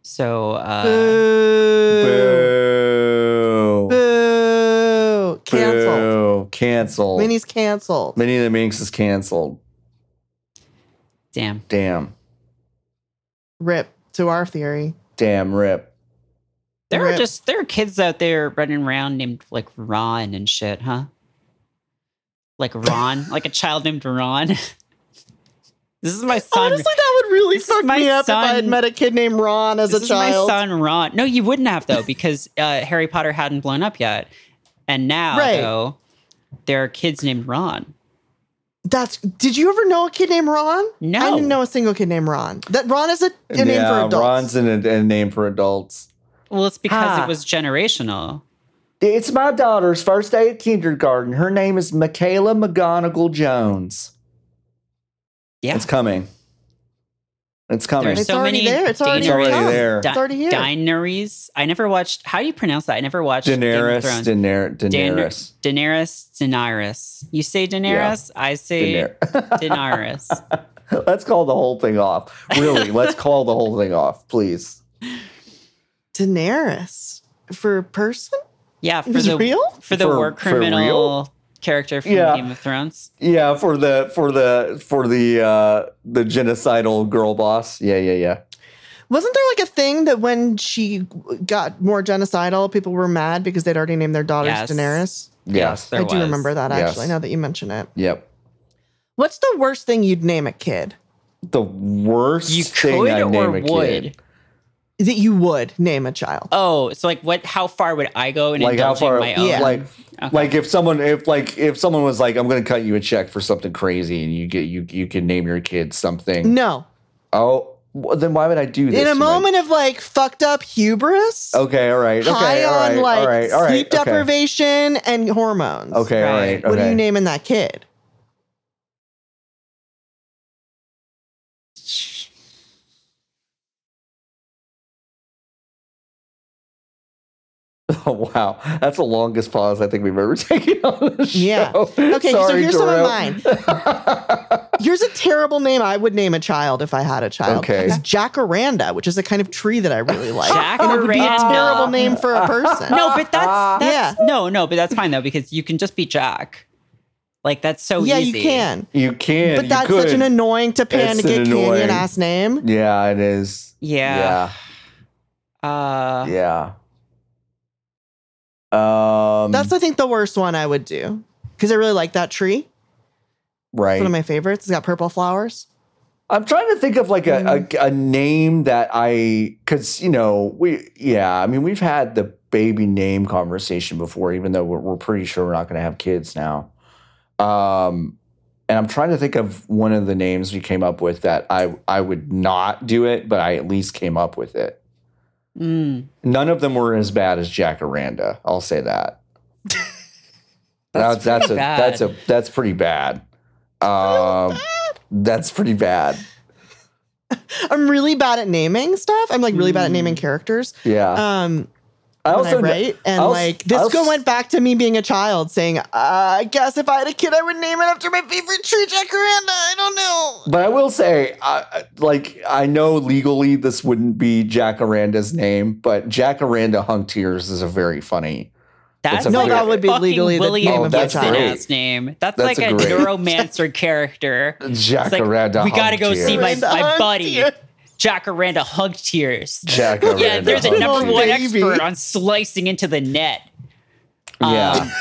A: So uh,
B: Boo.
C: Boo.
B: Boo. Canceled.
C: Boo. Canceled. Minnie.
B: Minnie's canceled.
C: the Minx is canceled.
A: damn.
C: Damn.
B: Rip to our theory.
C: Damn rip.
A: There are
B: Rip.
A: just there are kids out there running around named like Ron and shit, huh? Like Ron, like a child named Ron. this is my son.
B: Honestly, that would really
A: This is
B: fuck
A: my
B: me up if I had
A: son.
B: met a kid named Ron as
A: this
B: a
A: is
B: child.
A: my son Ron. No, you wouldn't have though, because uh, Harry Potter hadn't blown up yet, and now
B: Right.
A: though there are kids named Ron.
B: That's. Did you ever know a kid named Ron?
A: No.
B: I didn't know a single kid named Ron. That Ron is a, a name for adults.
C: Ron's in a, a name for adults.
A: Well, it's because
B: Ah.
A: it was generational.
C: It's my daughter's first day at kindergarten. Her name is Michaela McGonigal Jones.
A: Yeah,
C: It's coming. It's coming.
A: there's
B: It's
A: so
B: already
A: many
B: there. It's
A: Daenerys-
B: already
C: It's already there.
A: Di-
B: It's already here.
A: Daenerys. I never watched. How do you pronounce that? I never watched Game of
C: Daenerys.
A: Thrones.
C: Daener-
A: Daener-
C: Daenerys.
A: Daenerys. Daenerys. You say Daenerys. I say
C: Daenerys.
A: Daenerys.
C: let's call the whole thing off. Really, let's call the whole thing off, please.
B: Daenerys for person
A: Yeah, for
B: Is
A: the
B: real.
A: for the
C: For-
A: war
C: for
A: criminal
C: real?
A: character from
C: Yeah.
A: Game of Thrones.
C: Yeah, for the for the for the uh the genocidal girl boss. Yeah, yeah, yeah.
B: Wasn't there like a thing that when she got more genocidal, people were mad because they'd already named their daughters
A: Yes.
B: Daenerys?
C: Yeah.
A: Yes, there
B: I
A: was.
B: do remember that
C: Yes.
B: actually. Now that you mention it,
C: Yep.
B: what's the worst thing you'd name a kid
C: The worst
A: You
C: thing I
A: could
C: name
A: or
C: a
A: would.
C: kid.
B: that you would name a child?
A: Oh, so like what? How far would I go in
C: Like how
A: indulging
C: far
A: my own?
B: Yeah.
C: like
A: Okay.
C: like if someone if like if someone was like, I'm gonna cut you a check for something crazy and you get you you can name your kid something.
B: No,
C: Oh well, then why would I do this?
B: in a
C: to my-
B: moment of like fucked up hubris,
C: Okay, all right. Okay,
B: high
C: all
B: on
C: right,
B: like
C: all right, all right,
B: sleep
C: okay.
B: deprivation and hormones.
C: Okay, all right.
A: Right.
B: what are
C: okay.
B: you naming that kid?
C: Oh, wow. That's the longest pause I think we've ever taken on this show.
B: Yeah. Okay, so here's some of mine.
C: mine.
B: Here's a terrible name I would name a child if I had a child.
C: Okay.
B: It's Jacaranda, which is a kind of tree that I really like. And it would be a
A: Jacaranda.
B: terrible name for a person.
A: no, but that's, that's
B: Yeah.
A: no, no, but that's fine though because you can just be Jack. Like that's so
B: yeah,
A: easy.
B: you can.
C: you can.
B: But
C: you
B: that's
C: could.
B: such an annoying to pan to
C: It's an
B: get
C: annoying-
B: Canyon ass name.
C: Yeah, it is.
A: Yeah. Uh,
C: Yeah. yeah. Um,
B: That's I think the worst one I would do. Because I really like that tree. It's
C: right.
B: one of my favorites. It's got purple flowers.
C: I'm trying to think of like a, a, a name that I, because, you know, we, yeah, I mean, we've had the baby name conversation before, even though we're, we're pretty sure we're not going to have kids now. Um, and I'm trying to think of one of the names we came up with that I, I would not do it, but I at least came up with it.
A: mm,
C: None of them were as bad as Jacaranda. I'll say that. that's that's a
A: pretty bad.
C: that's a that's pretty bad. Um, that's pretty bad.
B: I'm really bad at naming stuff. I'm like really bad at
A: Mm.
B: naming characters.
C: Yeah.
A: Uh,
B: Um
C: Uh, I
B: when I
C: also kn-
B: write, and
C: I'll s-
B: like this
C: I'll
B: go
C: s-
B: went back to me being a child, saying, uh, "I guess if I had a kid, I would name it after my favorite tree, jacaranda." I don't know.
C: But I will say, I, I- like, I know legally this wouldn't be Jacaranda's name, but Jacaranda Hung Tears is a very funny.
A: that's
C: a
A: like
C: No, that
A: a
B: would be
A: fucking
B: legally the
A: William
C: name of my
A: Gibson
C: child.
A: ass name. That's, like
C: That's a
A: a,
C: great-
A: neuromancer character. Mm. It's like,
C: Jacaranda.
A: we gotta
C: Hung
A: go see
C: Tears.
A: my,
B: Jacaranda
A: my
B: Hung
A: buddy,
B: Tears.
A: Jacaranda Hug Tears.
C: Jacaranda.
A: Yeah, they're the
C: Hung
A: number
B: Little
A: one
C: Tears.
B: baby.
A: expert on slicing into the net.
C: Yeah.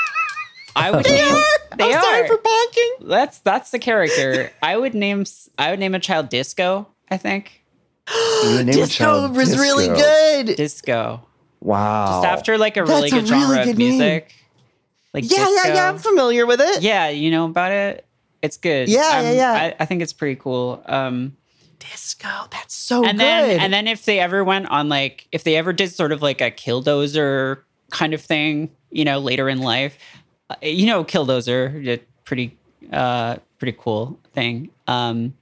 A: I would name, they
B: I'm
A: are.
B: sorry for bonking.
A: that's that's the character. I would name s- I would name a child Disco. I think
C: You name a
B: Disco
C: child
B: was really
C: Disco.
B: good.
A: Disco.
C: Wow.
A: Just after like a
B: That's
A: really
B: a
A: good genre
B: really
A: of
B: good name.
A: music. Like
B: yeah, yeah, yeah. I'm
A: disco.
B: familiar with it.
A: Yeah, you know about it. It's good.
B: Yeah, yeah,
A: I'm-
B: yeah.
A: I, I think it's pretty cool. Um,
B: Disco. That's so
A: and
B: Oh, good.
A: then and then if they ever went on like if they ever did sort of like a killdozer kind of thing, you know, later in life, uh, you know, killdozer, a pretty uh, pretty cool thing. Um,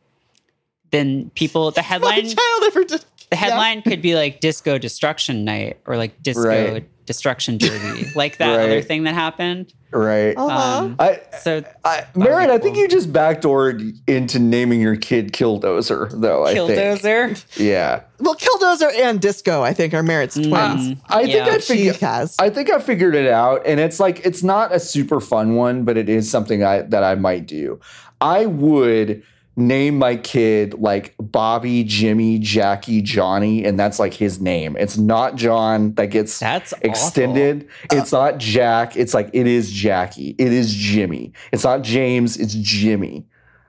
A: then people the
B: my
A: headline
B: child ever did.
A: the headline could be like disco destruction night or like disco
C: Right.
A: destruction derby, like that other
C: Right.
A: thing that happened.
C: right.
B: Yeah. Uh-huh.
A: Um,
C: I,
A: so
C: I, Marin, I think
A: cool.
C: you just backdoored into naming your kid Killdozer, though. I think.
A: killdozer.
C: Yeah.
B: well, Killdozer and Disco, I think, are Merritt's twins.
A: Mm,
C: I think
A: yeah.
C: I
B: She
C: figured.
B: has.
C: I think I figured it out, and it's like it's not a super fun one, but it is something I that I might do. I would name my kid like Bobby, Jimmy, Jackie, Johnny, and that's like his name. It's not John that gets
A: That's Uh.
C: extended. It's not Jack. It's like it is Jackie. It is Jimmy. It's not James. It's Jimmy.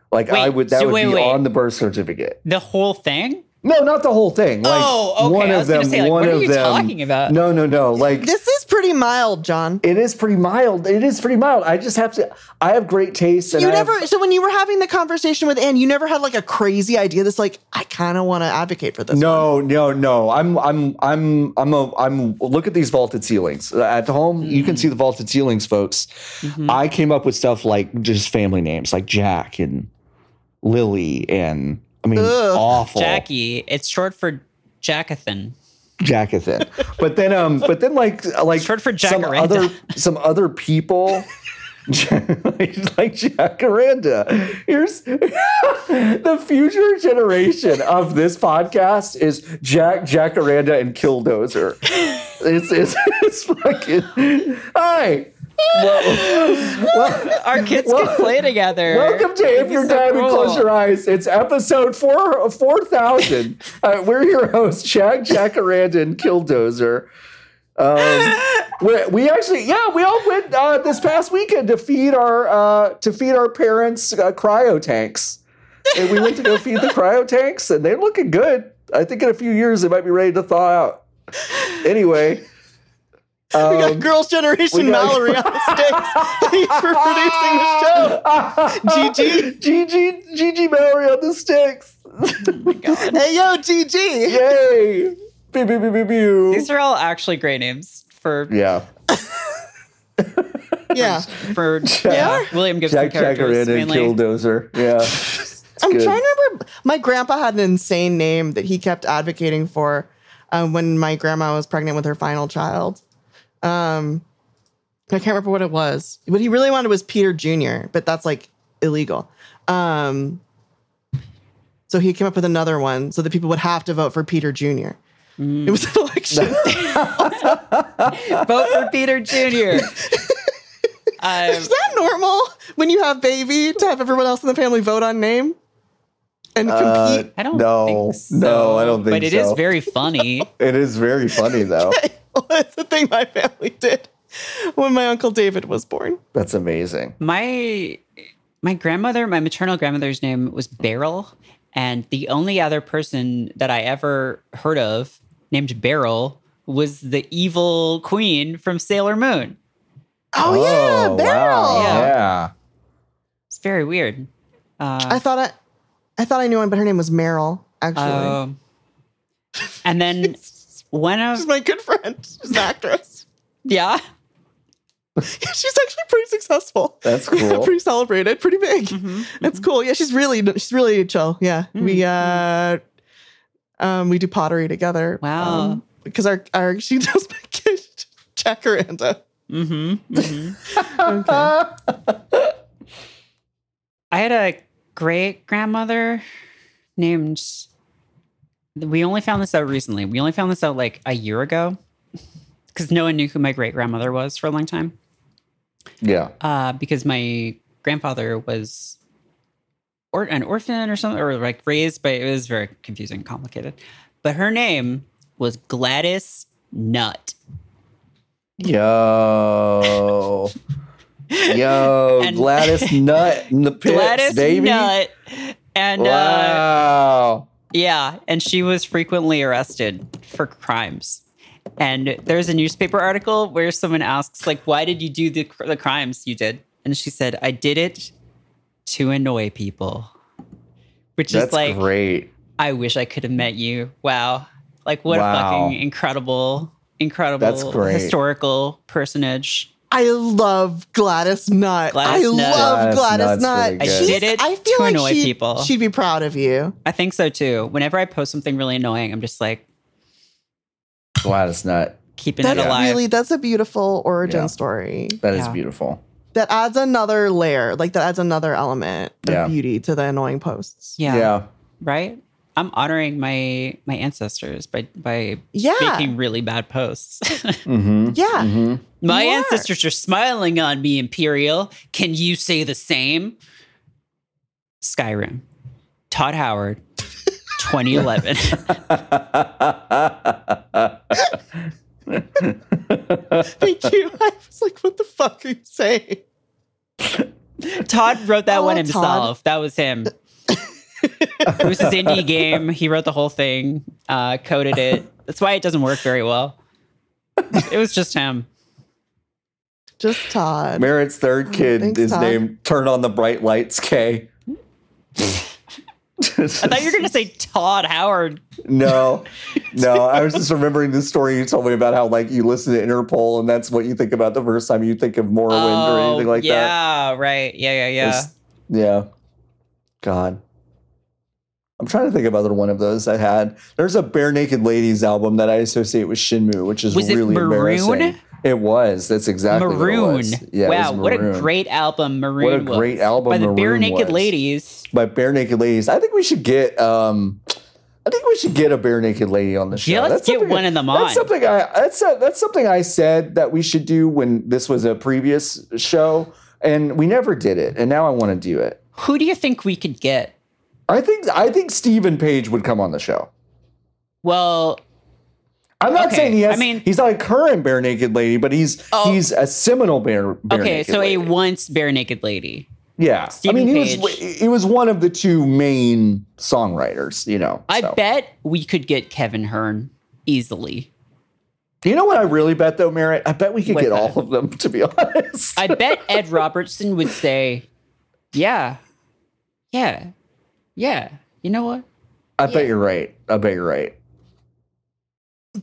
C: Like I
A: Wait,
C: would that
A: so
C: would
A: wait,
C: be
A: wait.
C: on the birth certificate.
A: awful. The whole thing.
C: No, not the whole thing. Like
A: oh, okay.
C: one
A: I
C: of
A: was
C: them.
A: gonna say, like,
C: one
A: what
C: of
A: are you
C: them.
A: talking about?
C: No, no, no. Like
B: this is pretty mild, John.
C: it is pretty mild. It is pretty mild. I just have to. I have great taste. And
B: you
C: I have-
B: never. so when you were having the conversation with Anne, you never had like a crazy idea that's like, I kind of want to advocate for this. one.
C: no, no, no. I'm, I'm, I'm, I'm a, I'm. Look at these vaulted ceilings at home. You
A: Mm-hmm.
C: can see the vaulted ceilings, folks. I came up with stuff like just family names, like Jack and Lily, and I mean,
B: Ugh.
C: awful
A: Jackie. It's short for Jackathan.
C: Jackathan. but then, um, but then, like, like
A: Short for
C: some
A: Jacaranda.
C: other, some other people. like jacaranda. Here's the future generation of this podcast is Jack Jacaranda and Killdozer. It's it's, it's fucking hi. Well, well,
A: Our kids
C: Wel-
A: can play together.
C: welcome to If
A: This
C: You're
A: is so
C: Dying,
A: cool. Oh
C: Close Your Eyes. It's episode four four thousand. Uh, we're your hosts, Jack Jacaranda and Killdozer. Um, we we actually, yeah, we all went uh, this past weekend to feed our uh, to feed our parents uh, cryo tanks, and we went to go feed the cryo tanks, and they're looking good. I think in a few years they might be ready to thaw out. Anyway,
B: We got
C: um,
B: Girls' Generation
C: we got-
B: Mallory on the stakes. Thanks for producing the show. GG.
C: GG, GG Mallory on the sticks.
B: Hey, yo, GG.
C: Yay! Pew, pew, pew, pew, pew.
A: These are all actually great names for
C: yeah.
B: Yeah.
A: for
B: Yeah.
A: yeah, William Gibson
C: Jack
A: characters
C: Jacaranda and
A: mainly.
C: Killdozer. Yeah.
B: I'm
C: good.
B: trying to remember. My grandpa had an insane name that he kept advocating for um, when my grandma was pregnant with her final child. Um, I can't remember what it was. What he really wanted was Peter Jr., but that's like illegal. Um, so he came up with another one so that people would have to vote for Peter Jr.
C: Mm.
B: It was an election.
A: Vote for Peter Jr. um,
B: Is that normal when you have baby to have everyone else in the family vote on name and compete?
C: Uh,
A: I don't
C: no,
A: think so.
C: No, I don't think
A: But it
C: so.
A: is very funny.
C: It is very funny though.
B: That's the thing my family did when my uncle David was born.
C: That's amazing.
A: my my grandmother, my maternal grandmother's name was Beryl, and the only other person that I ever heard of named Beryl was the evil queen from Sailor Moon.
B: Oh, yeah, Beryl.
C: wow,
A: Yeah.
C: Yeah.
A: It's very weird. Uh,
B: I thought I, I thought I knew one, but her name was Meryl. Actually,
C: Oh.
A: um, and then one
B: she's
A: of
B: my good friend. She's an actress.
A: yeah,
B: she's actually pretty successful.
C: That's
B: Yeah,
C: cool.
B: pretty celebrated. Pretty big. That's cool. Yeah, she's really she's really chill. Yeah, we uh, um, we do pottery together.
A: Wow.
B: um, because our our she does my kid jacaranda.
A: mm-hmm, mm-hmm.
B: Okay.
A: I had a great grandmother named. We only found this out recently. We only found this out like a year ago because no one knew who my great grandmother was for a long time.
C: Yeah.
A: Uh, because my grandfather was or an orphan or something, or like raised, but it was very confusing and complicated. But her name was Gladys Nutt.
C: Yo. Yo,
A: And-
C: Gladys Nut in the pits,
A: Gladys
C: baby.
A: Nutt. And uh,
C: wow.
A: yeah, and she was frequently arrested for crimes. And there's a newspaper article where someone asks, like, why did you do the, cr- the crimes you did? And she said, I did it to annoy people, which
C: That's
A: is like,
C: great.
A: I wish I could have met you. Wow. Like, what
C: Wow.
A: a fucking incredible, incredible
C: That's great.
A: historical personage.
B: I love Gladys Nutt.
A: Gladys
B: I
A: Nutt.
B: love
C: Gladys
B: Gladys
C: Nutt's
B: Nutt.
C: really good. I
B: She's-
A: did it
B: I feel
A: to
B: like
A: annoy
B: she-
A: people.
B: She'd be proud of you.
A: I think so too. Whenever I post something really annoying, I'm just like
C: Wow, that's not.
A: keeping
B: That's
A: it alive.
B: really that's a beautiful origin
C: Yeah.
B: story.
C: That is
A: Yeah.
C: beautiful.
B: That adds another layer, like that adds another element of
C: Yeah.
B: beauty to the annoying posts.
A: yeah, Right? I'm honoring my my ancestors by by
B: Yeah.
A: making really bad posts.
C: Mm-hmm.
B: Yeah.
C: hmm
A: my
B: You are.
A: ancestors are smiling on me, Imperial. Can you say the same? Skyrim. Todd Howard, 2011.
C: Mm-hmm.
B: Thank you. I was like, what the fuck are you saying?
A: Todd wrote that
B: Oh,
A: one
B: Todd.
A: himself. That was him. it was his indie game. He wrote the whole thing, uh, coded it. That's why it doesn't work very well. It was just him.
B: Just Todd.
C: Merritt's third kid
B: Oh, thanks,
C: is
B: Todd.
C: named Turn on the Bright Lights K.
A: I thought you were going to say Todd Howard.
C: No, no. I was just remembering the story you told me about how like you listen to Interpol and that's what you think about the first time you think of Morrowind or anything like
A: Oh, yeah,
C: that.
A: right. Yeah, yeah, yeah.
C: It's- yeah. God. I'm trying to think of other one of those I had. There's a Bare Naked Ladies album that I associate with Shinmu, which is
A: Was it
C: really
A: Maroon?
C: embarrassing. It was. That's exactly what it
A: Maroon.
C: was. Yeah, it
A: wow,
C: was
A: what a
C: Maroon.
A: great album Maroon
C: What a
A: was.
C: great album
A: By the Bare
C: Maroon
A: Naked
C: was.
A: Ladies.
C: by Bare Naked Ladies. I think we should get um I think we should get a bare naked lady on the show.
A: Yeah, let's get
C: something-
A: one of them on.
C: That's something I that's a, that's something I said that we should do when this was a previous show, and we never did it. And now I want to do it.
A: Who do you think we could get?
C: I think I think Stephen Page would come on the show.
A: Well,
C: I'm not
A: Okay,
C: saying he has.
A: I mean-
C: he's not a current bare naked lady, but he's
A: Oh.
C: he's a seminal bare. bare
A: okay,
C: naked
A: so
C: lady.
A: a once Bare Naked Lady.
C: yeah.
A: Stephen
C: I mean, he was
A: Page.
C: he was one of the two main songwriters. You know,
A: I
C: so.
A: bet we could get Kevin Hearn easily.
C: You know what I really bet though, Merritt? I bet we could
A: What's
C: get
A: that?
C: all of them. To be honest,
A: I bet Ed Robertson would say, "Yeah, yeah, yeah." You know what?
C: I bet you're right. I bet you're right.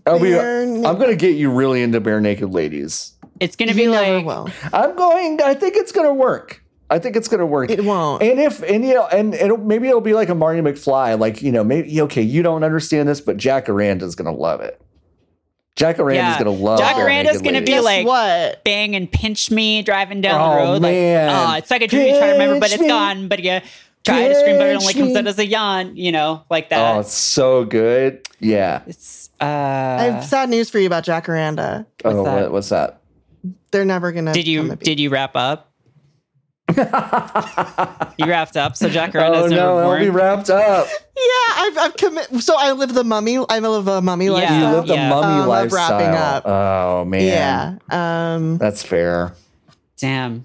C: I'll be,
B: Bare
C: I'm gonna get you really into bare naked ladies.
A: It's gonna
B: You
A: be
B: never
A: like
B: will.
C: I'm going. I think it's gonna work. I think it's gonna work.
B: It won't.
C: and if and you know and it'll, maybe it'll be like a Marty McFly, like you know maybe okay you don't understand this, but Jack Aranda's gonna love it. Jack Aranda's
A: Yeah.
C: gonna love.
A: Jack
C: Bare
A: Aranda's gonna
C: Naked
A: be
C: Ladies.
A: like-
B: Guess what?
A: "Bang and pinch me" driving down
C: Oh,
A: the road.
C: man.
A: Like, oh, it's like a dream you try to remember, but
C: Pinch
A: it's
C: me.
A: gone. But you try to scream, but it only
C: Pinch
A: comes
C: me.
A: out as a yawn. You know, like that.
C: oh, it's so good. Yeah.
A: it's uh.
B: I have sad news for you about Jacaranda.
A: What's
C: oh,
A: that?
C: What, what's that?
B: They're never gonna.
A: did
B: come
A: you
B: to be.
A: did you wrap up? You wrapped up, so Jacaranda
C: oh
A: is
C: no,
A: never
C: I'll
A: born.
C: be wrapped up.
B: Yeah, I've I've commit. So I live the mummy. I live a mummy
A: Yeah.
B: lifestyle.
C: You live the
A: yeah.
C: mummy
B: Um, of
C: lifestyle.
B: wrapping up.
C: Oh man,
B: Yeah. Um,
C: that's fair.
A: Damn.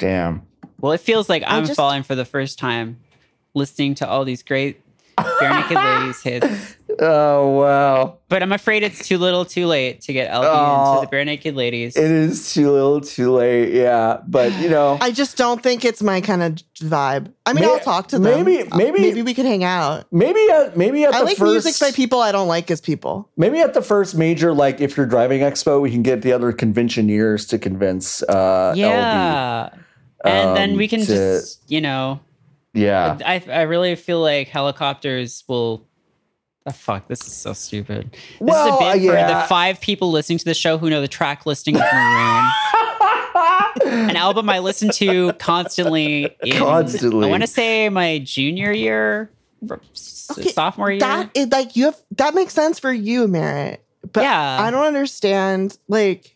C: Damn.
A: Well, it feels like I'm
B: just-
A: falling for the first time listening to all these great Bare Naked Ladies hits.
C: Oh wow,
A: But I'm afraid it's too little too late to get LB
C: Oh.
A: into the Bare Naked Ladies.
C: it is too little, too late. Yeah, but you know,
B: I just don't think it's my kind of vibe. I mean,
C: May-
B: I'll talk to them.
C: maybe-
B: Uh,
C: maybe-
B: maybe we could hang out.
C: maybe at maybe at
B: I
C: the
B: like
C: first
B: music by people I don't like as people.
C: maybe at the first major like if you're driving expo, we can get the other conventioneers to convince. uh
A: yeah. And then
C: um,
A: we can
C: to-
A: just, you know,
C: LB. Yeah.
A: I, I really feel like helicopters will. Oh, fuck, this is so stupid. This
C: Well,
A: is a bit for
C: yeah.
A: the five people listening to the show who know the track listing of Maroon, an album I listen to constantly. In,
C: Constantly.
A: I want to say my junior year, r- s-
B: Okay,
A: sophomore year.
B: That is like you have. That makes sense for you, Merritt. But
A: Yeah.
B: I don't understand. Like,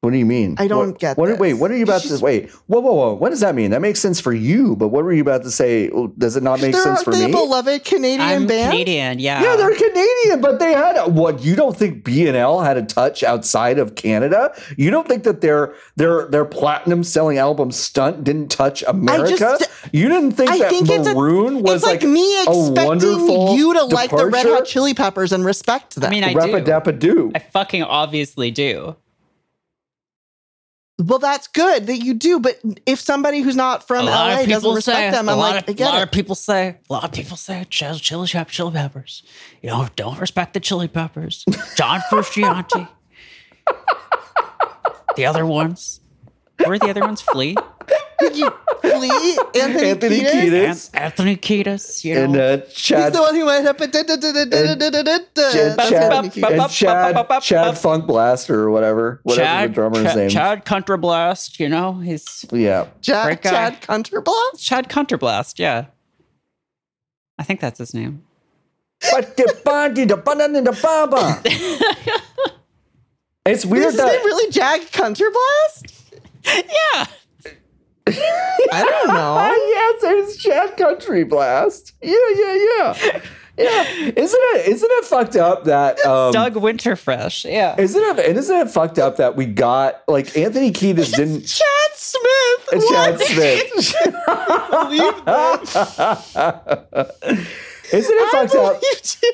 C: What do you mean?
B: I don't
C: What-
B: get
C: What,
B: this.
C: Wait, what are you about to? Wait, whoa, whoa, whoa! What does that mean? That makes sense for you, but what were you about to say? Well, Does it not make
B: They're-
C: sense for
B: they
C: me?
B: beloved Canadian
A: I'm
B: band.
A: Canadian. Yeah.
C: Yeah, they're Canadian, but they had what? You don't think B and L had a touch outside of Canada? You don't think that their their their platinum selling album Stunt didn't touch America?
B: just-
C: you didn't think
B: I
C: that
B: think it's a-
C: Maroon was
B: it's like,
C: like
B: me expecting
C: wonderful
B: you to like the Red
C: departure?
B: Hot Chili Peppers and respect them.
A: I mean, I
C: Rappa
A: do.
C: Dappa Doo?
A: I fucking obviously do.
B: well, that's good that you do, but if somebody who's not from
A: a lot
B: LA
A: of
B: doesn't
A: people
B: respect
A: say,
B: them,
A: a
B: I'm
A: lot
B: like,
A: of,
B: I get
A: lot
B: it.
A: of people say, a lot of people say, chili, chili shop, chili peppers. You know, don't respect the chili peppers. John Frusciante. the other ones. Who are the other ones? Flea,
B: you, Flea, Anthony,
C: Anthony
B: Kiedis?
C: Kiedis.
A: An- Anthony Kiedis. You know,
C: and uh,
B: He's
C: Chad
B: the one who went up. and da- da- da- da- da- da- da- da- da-
C: Chad,
B: That's
C: Chad,
B: Anthony Kiedis.
C: and Chad, Chad Funk Blaster or whatever, whatever
A: Chad,
C: the drummer's
A: Chad,
C: name.
A: Chad Contrablast. You know, he's
C: Yeah,
B: Chad,
A: Great guy.
B: Chad Counterblock.
A: Chad Contrablast. Yeah, I think that's his name.
C: it's weird
B: Is it
C: that
B: really Jack Counterblast?
A: Yeah.
B: I don't know.
C: Ah, yes, it's Chad Country Blast. Yeah, yeah, yeah, yeah. Isn't it? Isn't it fucked up that um,
A: Doug Winterfresh. Yeah.
C: Isn't it? And isn't it fucked up that we got like Anthony Kiedis didn't
B: Chad Smith.
C: and
B: What?
C: Chad Smith? Isn't it
B: I
C: fucked up?
B: believed you.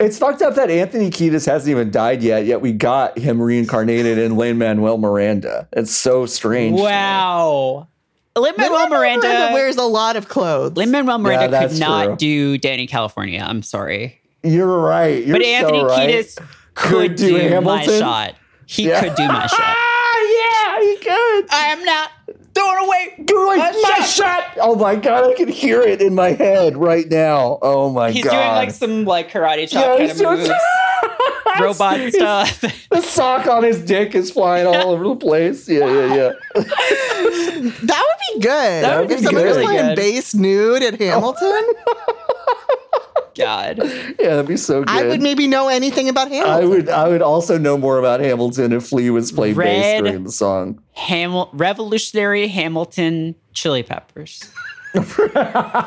C: It's fucked up that Anthony Kiedis hasn't even died yet, yet we got him reincarnated in Lane Manuel Miranda. It's so strange. to me.
A: Wow. Lin Manuel Miranda.
B: wears a lot of clothes.
A: Lin Manuel
C: Yeah,
A: Miranda could
C: that's
A: not
C: true.
A: do Danny California. I'm sorry,
C: You're right. You're
A: but
C: so
A: Anthony
C: right.
A: Kiedis could do, my shot. He
C: Yeah.
A: could do my shot.
C: Ah, yeah, he could.
A: I am not throwing away.
C: Do it,
A: my
C: my shot. Oh my god, I can hear it in my head right now. Oh my
A: He's
C: god.
A: doing like some like karate
C: Yeah,
A: chop
C: he's
A: kind
C: doing-
A: of moves, robot
C: His-
A: stuff.
C: The sock on his dick is flying all over the place. Yeah, yeah, yeah.
B: That would be good.
A: That would
B: if
A: be
B: somebody was
A: really
B: playing
A: good.
B: bass nude at Hamilton,
A: God,
C: Yeah, that'd be so good.
B: I would maybe know anything about
C: I
B: Hamilton.
C: would I would also know more about Hamilton if Flea was playing bass
A: Red.
C: during the song.
A: Hamil- revolutionary Hamilton Chili Peppers.
B: That's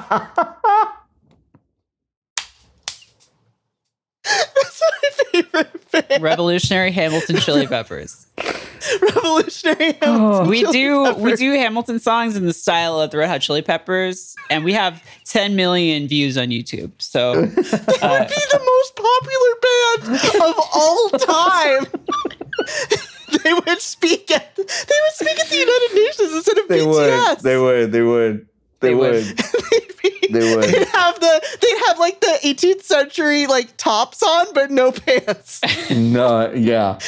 B: my favorite band.
A: Revolutionary Hamilton Chili Peppers.
B: Revolutionary
C: Oh,
B: Hamilton.
A: we
B: Chili
A: do we
B: Peppers.
A: do Hamilton songs in the style of the Red Hot Chili Peppers, and we have 10 million views on YouTube. So
B: That would be the most popular band of all time. they would speak at they would speak at the United Nations instead of
C: They
B: BTS.
C: would. They would. They would. They,
A: They would.
C: would.
B: They'd be-
C: They would.
B: They'd have the they'd have like the 18th century like tops on but no pants.
C: No, yeah.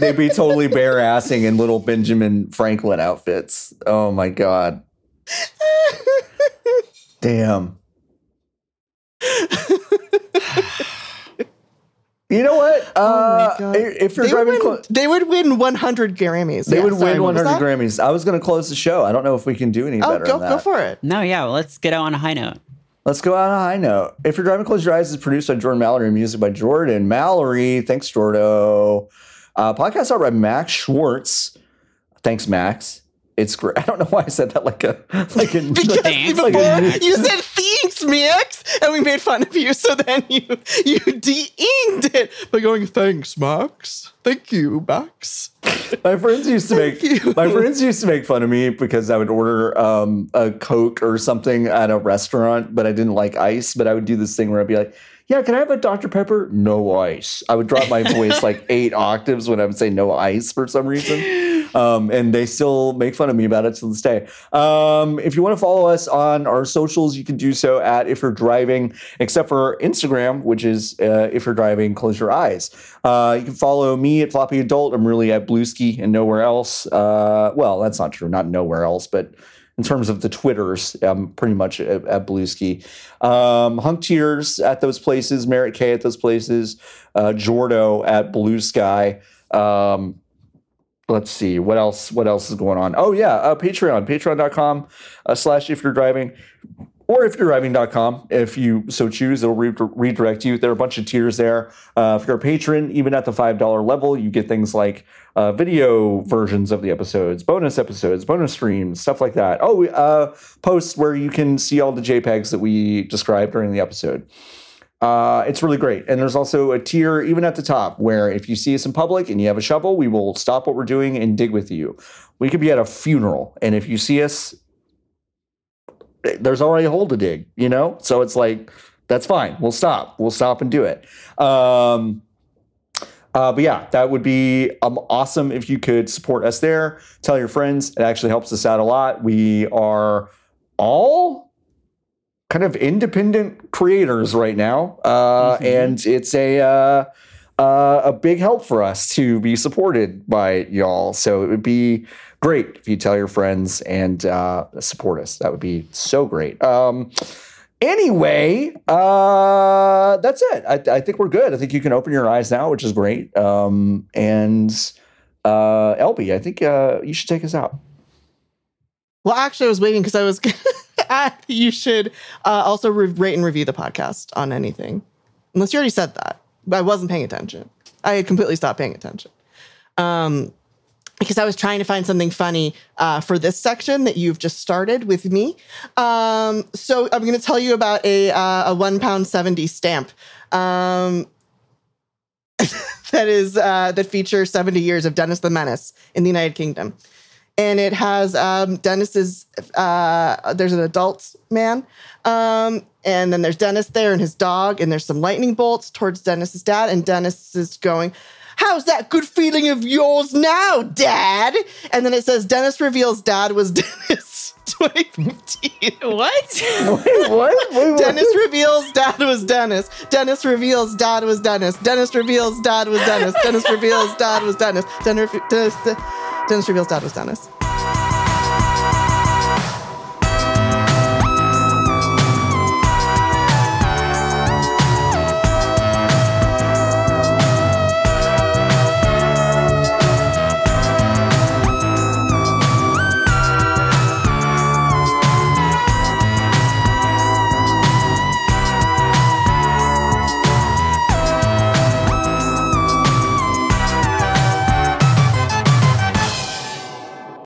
C: They'd be totally bare assing in little Benjamin Franklin outfits. Oh my god. Damn. you know what? Uh,
B: Oh my God.
C: if you're
B: They would,
C: driving
B: win,
C: close,
B: they would win 100 Grammys.
C: they
B: Yeah,
C: would
B: sorry,
C: win
B: what was
C: 100
B: that?
C: Grammys. I was going to close the show. I don't know if we can do any
B: Oh,
C: better.
B: go
C: than
B: go
C: that.
B: for it.
A: no, yeah, well, let's get out on a high note.
C: Let's go out on a high note. If you're driving, close your eyes. Is produced by Jordan Mallory. and Music by Jordan Mallory. Thanks, Jordo. Uh, podcast art by Max Schwartz. Thanks, Max. It's great. I don't know why I said that like a like a
B: Because
A: Dance
B: before
C: like a-
B: you said thanks, Max, and we made fun of you, so then you you de-inked it by going thanks, Max. Thank you, Max.
C: my friends used to make
B: Thank you.
C: my friends used to make fun of me because I would order um, a Coke or something at a restaurant, but I didn't like ice. But I would do this thing where I'd be like, "Yeah, can I have a Dr Pepper? No ice." I would drop my voice like eight octaves when I would say no ice for some reason, um, and they still make fun of me about it to this day. Um, if you want to follow us on our socials, you can do so at if you're driving, except for Instagram, which is uh, if you're driving, close your eyes. Uh, you can follow me at Floppy Adult. I'm really at Bluesky and nowhere else. Uh, well, that's not true. Not nowhere else, but in terms of the Twitters, I'm pretty much at, at Bluesky. Um, Hunk Tears at those places, Merritt K at those places, uh, Jordo at Blue Sky. Um, let's see what else. What else is going on? Oh yeah, uh, Patreon, Patreon.com uh, slash If You're Driving. or if you're driving.com, if you so choose, it'll re- redirect you. There are a bunch of tiers there. Uh, if you're a patron, even at the $5 level, you get things like uh, video versions of the episodes, bonus episodes, bonus streams, stuff like that. Oh, uh, posts where you can see all the JPEGs that we described during the episode. Uh, it's really great. And there's also a tier even at the top where if you see us in public and you have a shovel, we will stop what we're doing and dig with you. We could be at a funeral. And if you see us, there's already a hole to dig, you know? So it's like, that's fine. We'll stop. We'll stop and do it. Um, uh, but yeah, that would be um, awesome if you could support us there. Tell your friends. It actually helps us out a lot. We are all kind of independent creators right now, uh, and it's a uh, uh, a big help for us to be supported by y'all. So it would be great if you tell your friends and uh, support us. That would be so great. Um, anyway, uh, that's it. I, I think we're good. I think you can open your eyes now, which is great. Um, and uh, LB, I think uh, you should take us out.
B: Well, actually, I was waiting because I was. gonna- you should uh, also re- rate and review the podcast on anything, unless you already said that. But I wasn't paying attention. I had completely stopped paying attention um, because I was trying to find something funny uh, for this section that you've just started with me. Um, so I'm going to tell you about a uh, a one pound seventy stamp. Um, that is uh, that features 70 years of Dennis the Menace in the United Kingdom and it has um, Dennis's. Uh, there's an adult man, um, and then there's Dennis there and his dog, and there's some lightning bolts towards Dennis's dad, and Dennis is going. How's that good feeling of yours now, Dad? And then it says Dennis reveals Dad was Dennis 2015.
A: What?
C: Wait, what? Wait, what?
B: Dennis reveals dad was Dennis. Dennis reveals dad was Dennis. Dennis reveals dad was Dennis. Dennis reveals dad was Dennis. Dennis, Dennis, Dennis reveals dad was Dennis.